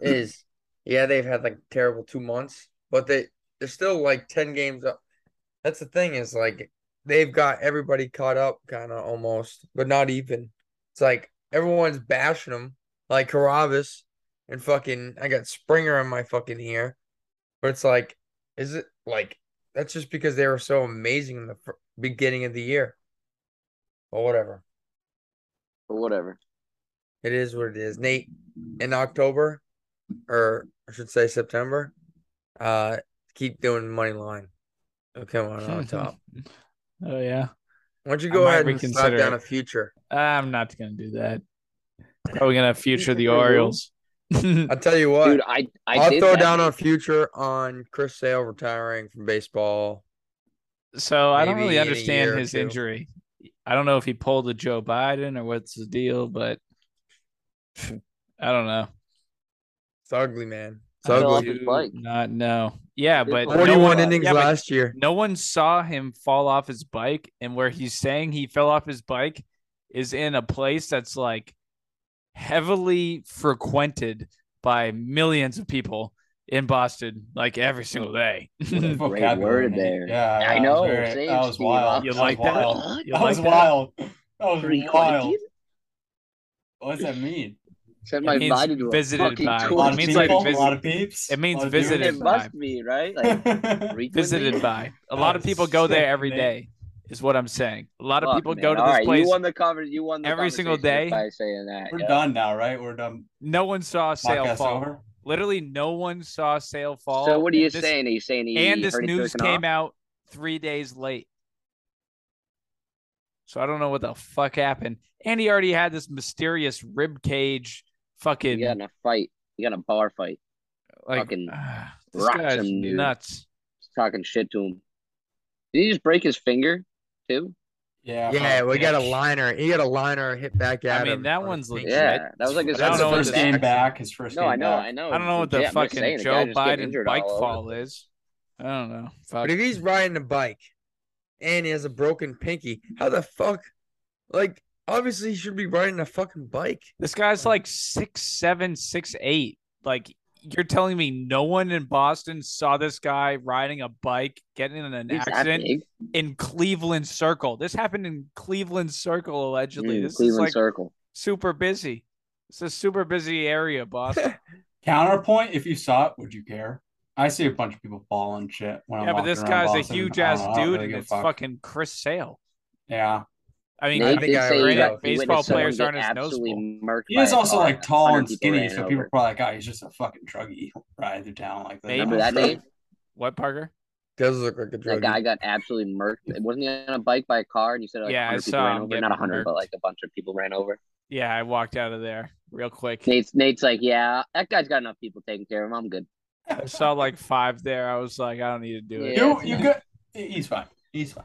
S7: is yeah, they've had like terrible two months, but they they're still like ten games up. That's the thing, is like they've got everybody caught up kinda almost, but not even. It's like everyone's bashing them, like Carabas and fucking I got Springer in my fucking ear. But it's like, is it like that's just because they were so amazing in the fir- beginning of the year. Or whatever.
S5: But whatever.
S7: It is what it is. Nate, in October, or I should say September, uh, keep doing money line. It'll come out on top.
S9: Oh yeah.
S7: Why don't you
S9: I
S7: go
S9: might
S7: ahead and slap
S9: reconsider
S7: down
S9: it.
S7: a future?
S9: I'm not gonna do that. Probably gonna future the
S5: Who?
S9: Orioles.
S7: I'll tell you what.
S5: Dude, I, I
S7: will
S5: did
S7: throw
S5: that.
S7: down a future on Chris Sale retiring from baseball.
S9: So I don't
S7: Maybe
S9: really
S7: in a year
S9: understand
S7: or
S9: his
S7: two.
S9: injury. I don't know if he pulled a Joe Biden or what's the deal, but I don't know.
S7: It's ugly, man. It's
S5: I fell
S7: ugly.
S5: off his
S9: Do
S5: bike.
S9: Not know. Yeah,
S5: He did
S9: but no
S5: pull a Joe
S7: 41
S5: Biden.
S7: innings
S9: yeah, but-
S7: last year.
S9: no one saw him fall off his bike and where he's saying he fell off his bike is in a place that's like heavily frequented by millions of people in Boston like every single day.
S8: What a
S5: Great
S8: vocabulary,
S5: word
S8: Nate.
S5: there.
S8: Yeah,
S5: I
S8: that was
S5: know,
S8: very-
S5: same,
S8: that was
S5: Steve.
S8: wild.
S9: You
S8: that
S9: like
S8: was
S9: that?
S8: wild.
S9: You
S8: That was
S9: like that?
S8: wild. That was
S5: Frequented?
S8: wild. What does that mean?
S5: Sent
S9: It
S5: my
S9: means
S5: body to a
S9: visited
S5: fucking
S9: by.
S8: A lot
S9: It
S8: of
S5: torture.
S9: means like
S8: people, a
S9: visit-
S8: lot of peeps.
S9: it means
S8: a lot of
S9: visited
S5: it
S8: dudes.
S5: must be right. Like frequently?
S9: Visited by. A lot of
S8: That is
S9: people go there
S8: sick,
S9: every
S8: Nate.
S9: day, is what I'm saying. A lot of
S5: Fuck,
S9: people
S5: man.
S9: go to
S5: All
S9: this
S5: right,
S9: place.
S5: You won the conver- You won the
S9: every single
S5: conversation just
S9: day.
S5: by saying that.
S8: We're
S5: yeah.
S8: done now, right? We're done.
S9: No one saw Sale
S8: Podcast
S9: fall.
S8: over.
S9: Literally, no one saw Sale fall.
S5: So what are you
S9: and this-
S5: saying? He's saying he
S9: and this
S5: heard it
S9: news
S5: jerking off?
S9: came out three days late. So I don't know what the fuck happened. And he already had this mysterious rib cage
S5: You
S9: fucking
S5: got in a fight. You got in a bar fight.
S9: like
S5: fucking
S9: ah, this
S5: rock
S9: guy's
S5: some dude.
S9: nuts.
S5: Just talking shit to him. Did he just break his finger too?
S8: Yeah.
S7: Yeah,
S8: fuck,
S7: we got a
S8: bitch.
S7: liner. He got a liner hit back at
S9: mean,
S7: him.
S9: that
S7: on a
S9: one's
S7: sneak.
S9: legit.
S5: Yeah, that was like his
S9: I don't
S8: That's
S9: know
S8: his
S9: what
S8: first
S9: this-
S8: game back. His first
S5: No,
S8: game
S5: I know,
S8: back.
S5: I know.
S9: I don't know what
S5: Legit,
S9: the
S5: I'm just
S9: fucking
S5: Oh, saying, the guy
S9: Joe
S5: just getting
S9: Biden
S5: injured
S9: bike
S5: all over the
S9: fall
S5: place.
S9: is. I don't know. Fuck.
S7: But if he's riding a bike and he has a broken pinky, how the fuck? Like, obviously, he should be riding a fucking bike.
S9: This guy's like six seven, six eight. Like you're telling me no one in Boston saw this guy riding a bike, getting in an
S5: He's that
S9: accident
S5: big.
S9: in Cleveland Circle. This happened in Cleveland Circle allegedly.
S5: Mm,
S9: this is
S5: Cleveland
S9: like
S5: Circle.
S9: super busy. It's a super busy area, Boston.
S8: Counterpoint: If you saw it, would you care? I see a bunch of people falling shit when I'm
S9: yeah, but
S8: walking
S9: this
S8: around
S9: guy's a
S8: Boston.
S9: huge
S8: I don't
S9: ass
S8: know, I don't
S9: dude,
S8: really
S9: and
S8: give a
S9: it's
S8: fuck.
S9: fucking Chris Sale.
S8: Yeah,
S9: I mean,
S5: Nate
S7: think
S5: did
S7: I
S5: say he, got,
S7: read-
S5: he
S9: granted,
S5: witnessed
S9: baseball
S5: someone
S9: players
S5: get
S9: aren't as
S5: absolutely
S9: noticeable.
S5: murked
S8: he
S5: by
S8: is
S5: a
S8: also
S5: car,
S8: like
S5: 100
S8: tall and
S5: people
S8: skinny,
S5: ran
S8: so
S5: over.
S8: people are probably like, "Oh, he's just a fucking druggie riding through town like that."
S5: Remember
S9: Maybe.
S5: that name?
S9: What Parker?
S7: Does look like a
S5: That
S7: drug.
S5: guy got absolutely murked. Wasn't he on a bike by a car? And you said like
S9: Yeah, I
S5: 100 people
S9: saw
S5: ran
S9: him
S5: over.
S9: getting
S5: Not 100,
S9: murked.
S5: but like a bunch of people ran over.
S9: Yeah, I walked out of there real quick.
S5: Nate's Nate's like, yeah, that guy's got enough people taking care of him. I'm good.
S9: I saw like five there. I was like, I don't need to do it.
S5: Yeah,
S8: You,
S5: it's
S8: you
S5: not-
S8: good? He's fine. He's fine.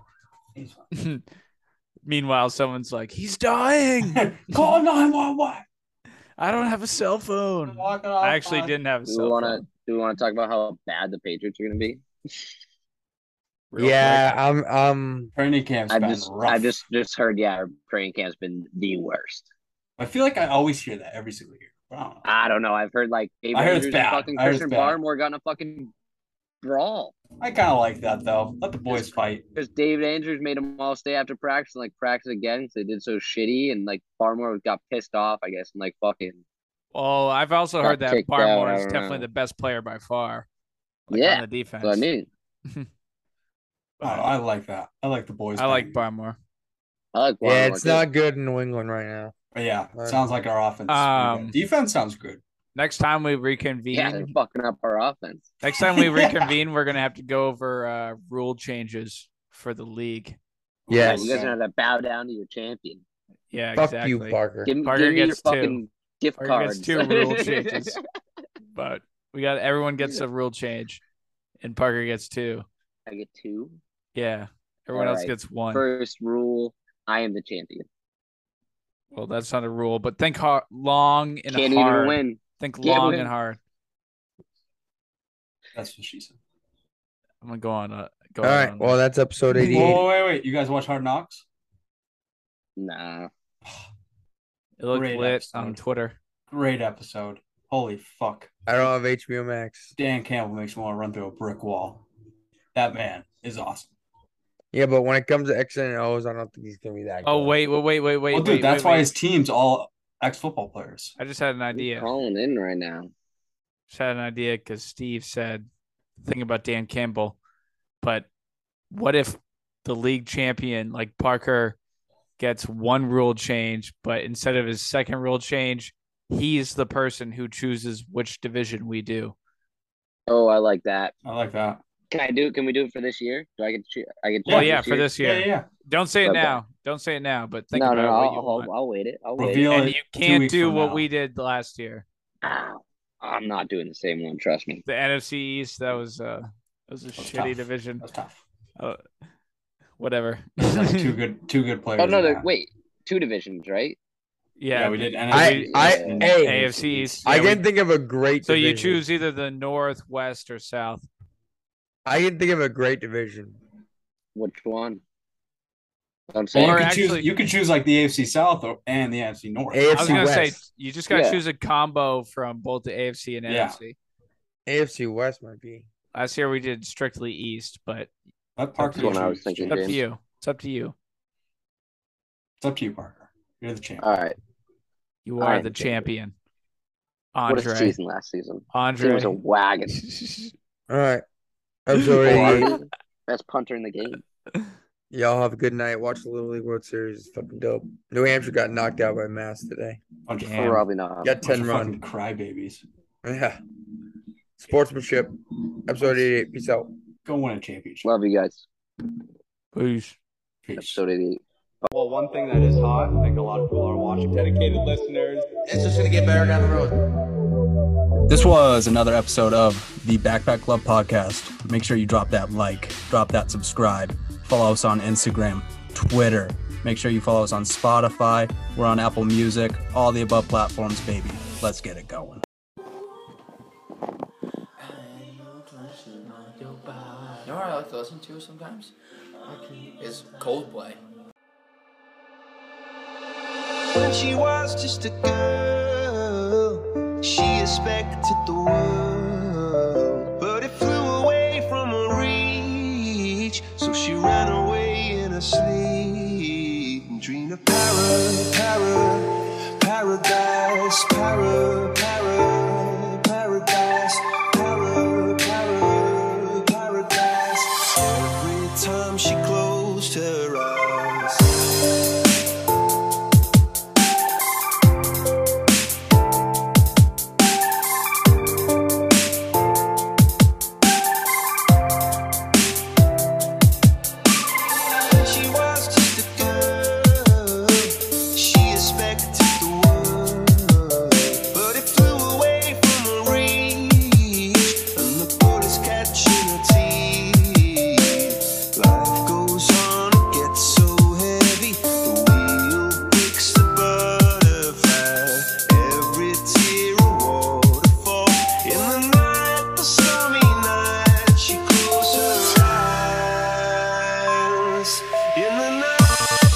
S8: He's fine.
S9: Meanwhile, someone's like, he's dying.
S8: Call 911.
S9: I don't have a cell phone.
S8: Walking off
S9: I actually
S8: on-
S9: didn't have a
S5: Do Uh, we
S9: cell
S5: want to
S9: phone.
S5: do we want to talk about how bad the Patriots are going to be?
S9: real
S7: Yeah, I'm. um, I'm.
S8: Training camp's
S5: I've
S8: been
S5: just
S8: rough.
S5: I've just just heard yeah, our training camp's been the worst.
S8: I feel like I always hear that every single year. but I don't know.
S5: I don't know. I've heard like Dave
S8: I heard it's
S5: Andrews and
S8: bad.
S5: fucking
S8: I heard it's
S5: Christian
S8: bad.
S5: Barmore got in a fucking brawl
S8: I kind of like that though. Let the boys fight.
S5: because David Andrews made them all stay after practice and like practice again because they did so shitty and like Barmore got pissed off I guess and like fucking
S9: quick. Well, Oh, I've also
S5: Got
S9: heard that
S5: kicked out, I
S9: Barmore is
S5: don't
S9: definitely
S5: know.
S9: the best player by far. Like
S5: yeah.
S9: on the defense.
S5: So I mean,
S8: I, don't know, I like that. I like the boys.
S9: I like
S8: being-
S9: Barmore.
S5: I like Barmore
S7: Yeah, it's
S5: too.
S7: not good in New England right now.
S8: But yeah, sounds like our offense. is pretty
S9: Um,
S8: good. Defense sounds good.
S9: Next time we reconvene,
S5: Yeah, they're fucking up our offense.
S9: next time we
S5: Yeah.
S9: reconvene, we're gonna have to go over uh, rule changes for the league.
S5: Yeah, you guys are gonna have to bow down to your champion.
S9: Yeah,
S7: Fuck
S9: exactly.
S7: you, Parker.
S5: Give, me-
S9: Parker
S5: give me your
S9: gets two.
S5: fucking gift
S9: Parker
S5: cards.
S9: gets two rule changes. But we got everyone gets a rule change, and Parker gets two.
S5: I get two.
S9: Yeah, everyone
S5: All
S9: else
S5: right.
S9: gets one.
S5: First rule: I am the champion.
S9: Well, that's not a rule, but think hard, long and
S5: Can't
S9: hard.
S5: even win.
S9: Think
S5: Can't
S9: long
S5: win.
S9: and hard.
S8: That's what she said.
S9: I'm gonna go on. Uh, go
S7: All right.
S9: on.
S7: Well, that's episode
S8: Whoa,
S7: 88.
S8: wait, wait, You guys watch Hard Knocks?
S5: Nah.
S9: it looked
S8: great
S9: lit on
S8: episode.
S9: Twitter.
S8: Great episode. Holy fuck.
S7: I don't have HBO Max.
S8: Dan Campbell makes me want to run through a brick wall. That man is awesome.
S7: Yeah, but when it comes to X and O's, I don't think he's gonna be that.
S9: Oh
S7: good.
S9: wait, wait, wait, wait, wait.
S8: well, dude,
S9: wait,
S8: that's
S9: wait,
S8: why
S9: wait.
S8: his team's all ex football players.
S9: I just had an idea.
S5: Calling in right now.
S9: Just had an idea because Steve said the thing about Dan Campbell, but what if the league champion like Parker gets one rule change, but instead of his second rule change, he's the person who chooses which division we do.
S5: Oh, I like that.
S8: I like that.
S5: Can I do? Can we do it for this year? Do I get? To, I get. to
S9: Well,
S5: choose
S9: yeah, for this year.
S8: Yeah, yeah. yeah.
S9: Don't say it
S5: Okay.
S9: now. Don't say it now, but think
S5: no,
S9: about
S5: no, no.
S9: what
S5: I'll,
S9: you
S5: I'll,
S9: want.
S5: I'll wait it. I'll wait.
S8: Reveal
S9: and
S8: it
S9: you
S8: two
S9: can't
S8: weeks
S9: do
S8: from
S9: what
S8: now.
S9: we did last year.
S5: it. Ow. I'm not doing the same one. Trust me.
S9: The NFC East, that was uh that was a
S8: was
S9: shitty
S8: tough.
S9: division.
S8: That's tough.
S9: Uh, whatever.
S8: There's like two good, two good players.
S5: Oh no,
S8: in
S5: no
S8: that.
S5: wait. Two divisions, right?
S8: Yeah,
S9: yeah,
S8: we did. NFC.
S7: I I
S5: Yeah.
S7: hey,
S9: AFC East.
S7: I
S9: Yeah, we-
S7: can think of a great.
S9: So you
S7: division.
S9: choose either the north, west, or south.
S7: I can think of a great division.
S5: Which one? I'm
S8: Well,
S5: saying.
S8: you,
S9: Or
S8: could
S9: actually-
S8: choose, you could choose like the AFC South or, and the AFC North.
S9: I was
S7: AFC
S9: gonna
S7: West.
S9: say you just gotta
S5: Yeah.
S9: choose a combo from both the AFC and
S8: Yeah.
S9: NFC.
S7: AFC West might be.
S9: Last year we did strictly East, but
S8: Let
S5: That's
S8: Parker
S5: the one I
S8: choose,
S5: was thinking,
S9: it's
S8: James.
S9: up to
S5: James.
S9: you. It's up to you.
S8: It's up to you, Parker. You're the champ.
S5: All right.
S9: You
S5: I
S9: are
S5: am
S9: the
S5: James.
S9: champion.
S5: What a
S9: Andre.
S5: season last season. It
S9: Andre.
S5: was a wagon.
S7: All right.
S5: Oh,
S7: Episode 88.
S5: Best punter in the game.
S7: Y'all have a good night. Watch the Little League World Series. It's fucking dope. New Hampshire got knocked out by Mass today.
S8: Bunch of,
S9: Damn.
S5: Probably not.
S7: Got
S8: bunch
S7: 10
S8: of
S7: run.
S8: fucking crybabies.
S7: Yeah. Sportsmanship. Episode 88. Peace out.
S8: Go win a championship.
S5: Love you guys.
S9: Peace.
S8: Peace.
S5: Episode 88.
S13: Well, one thing that is hot, I think a lot of people are watching. Dedicated listeners.
S7: It's just going to get better down the road.
S8: This was another episode of the Backpack Club podcast. Make sure you drop that like, drop that subscribe, follow us on Instagram, Twitter. Make sure you follow us on Spotify. We're on Apple Music, all the above platforms, baby. Let's get it going.
S2: You know what I like to listen to sometimes? Is Coldplay.
S10: When she was just a girl, she expected the world. But it flew away from her reach, so she ran away in her sleep. And dreamed of para, para, paradise, para, para, paradise, para, para, paradise. Every time she closed her eyes. When she was just a girl, she expected the world, but it flew away from her reach, and the bullets catching her teeth. Life goes on, it gets so heavy. The wheel breaks the butterfly. Every tear a waterfall. In the night, the stormy night, she closed her eyes. In the night,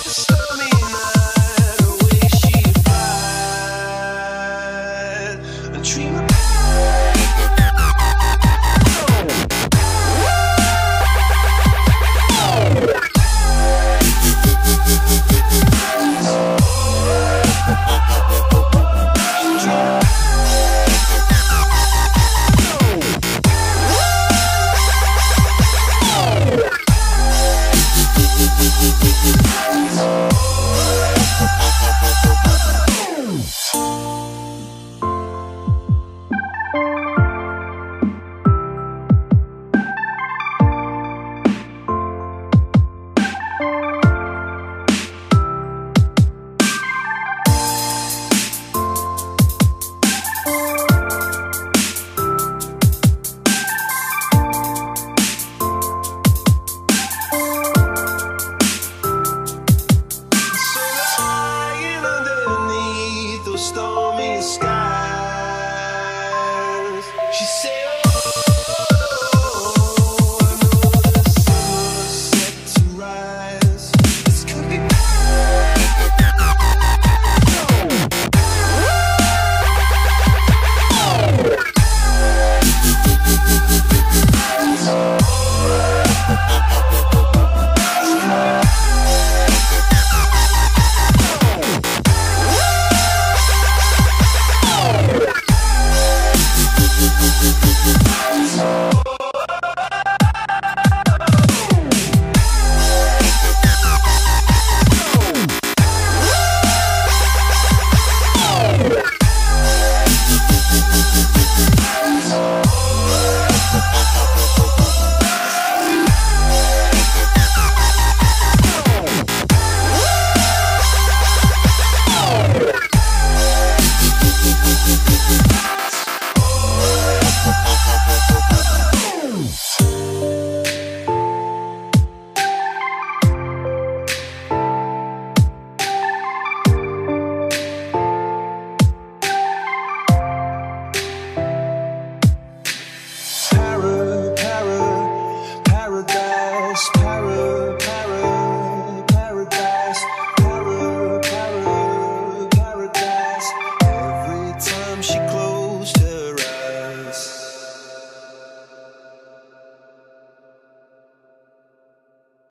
S10: the stormy night, away she flies. A dream about "Oh,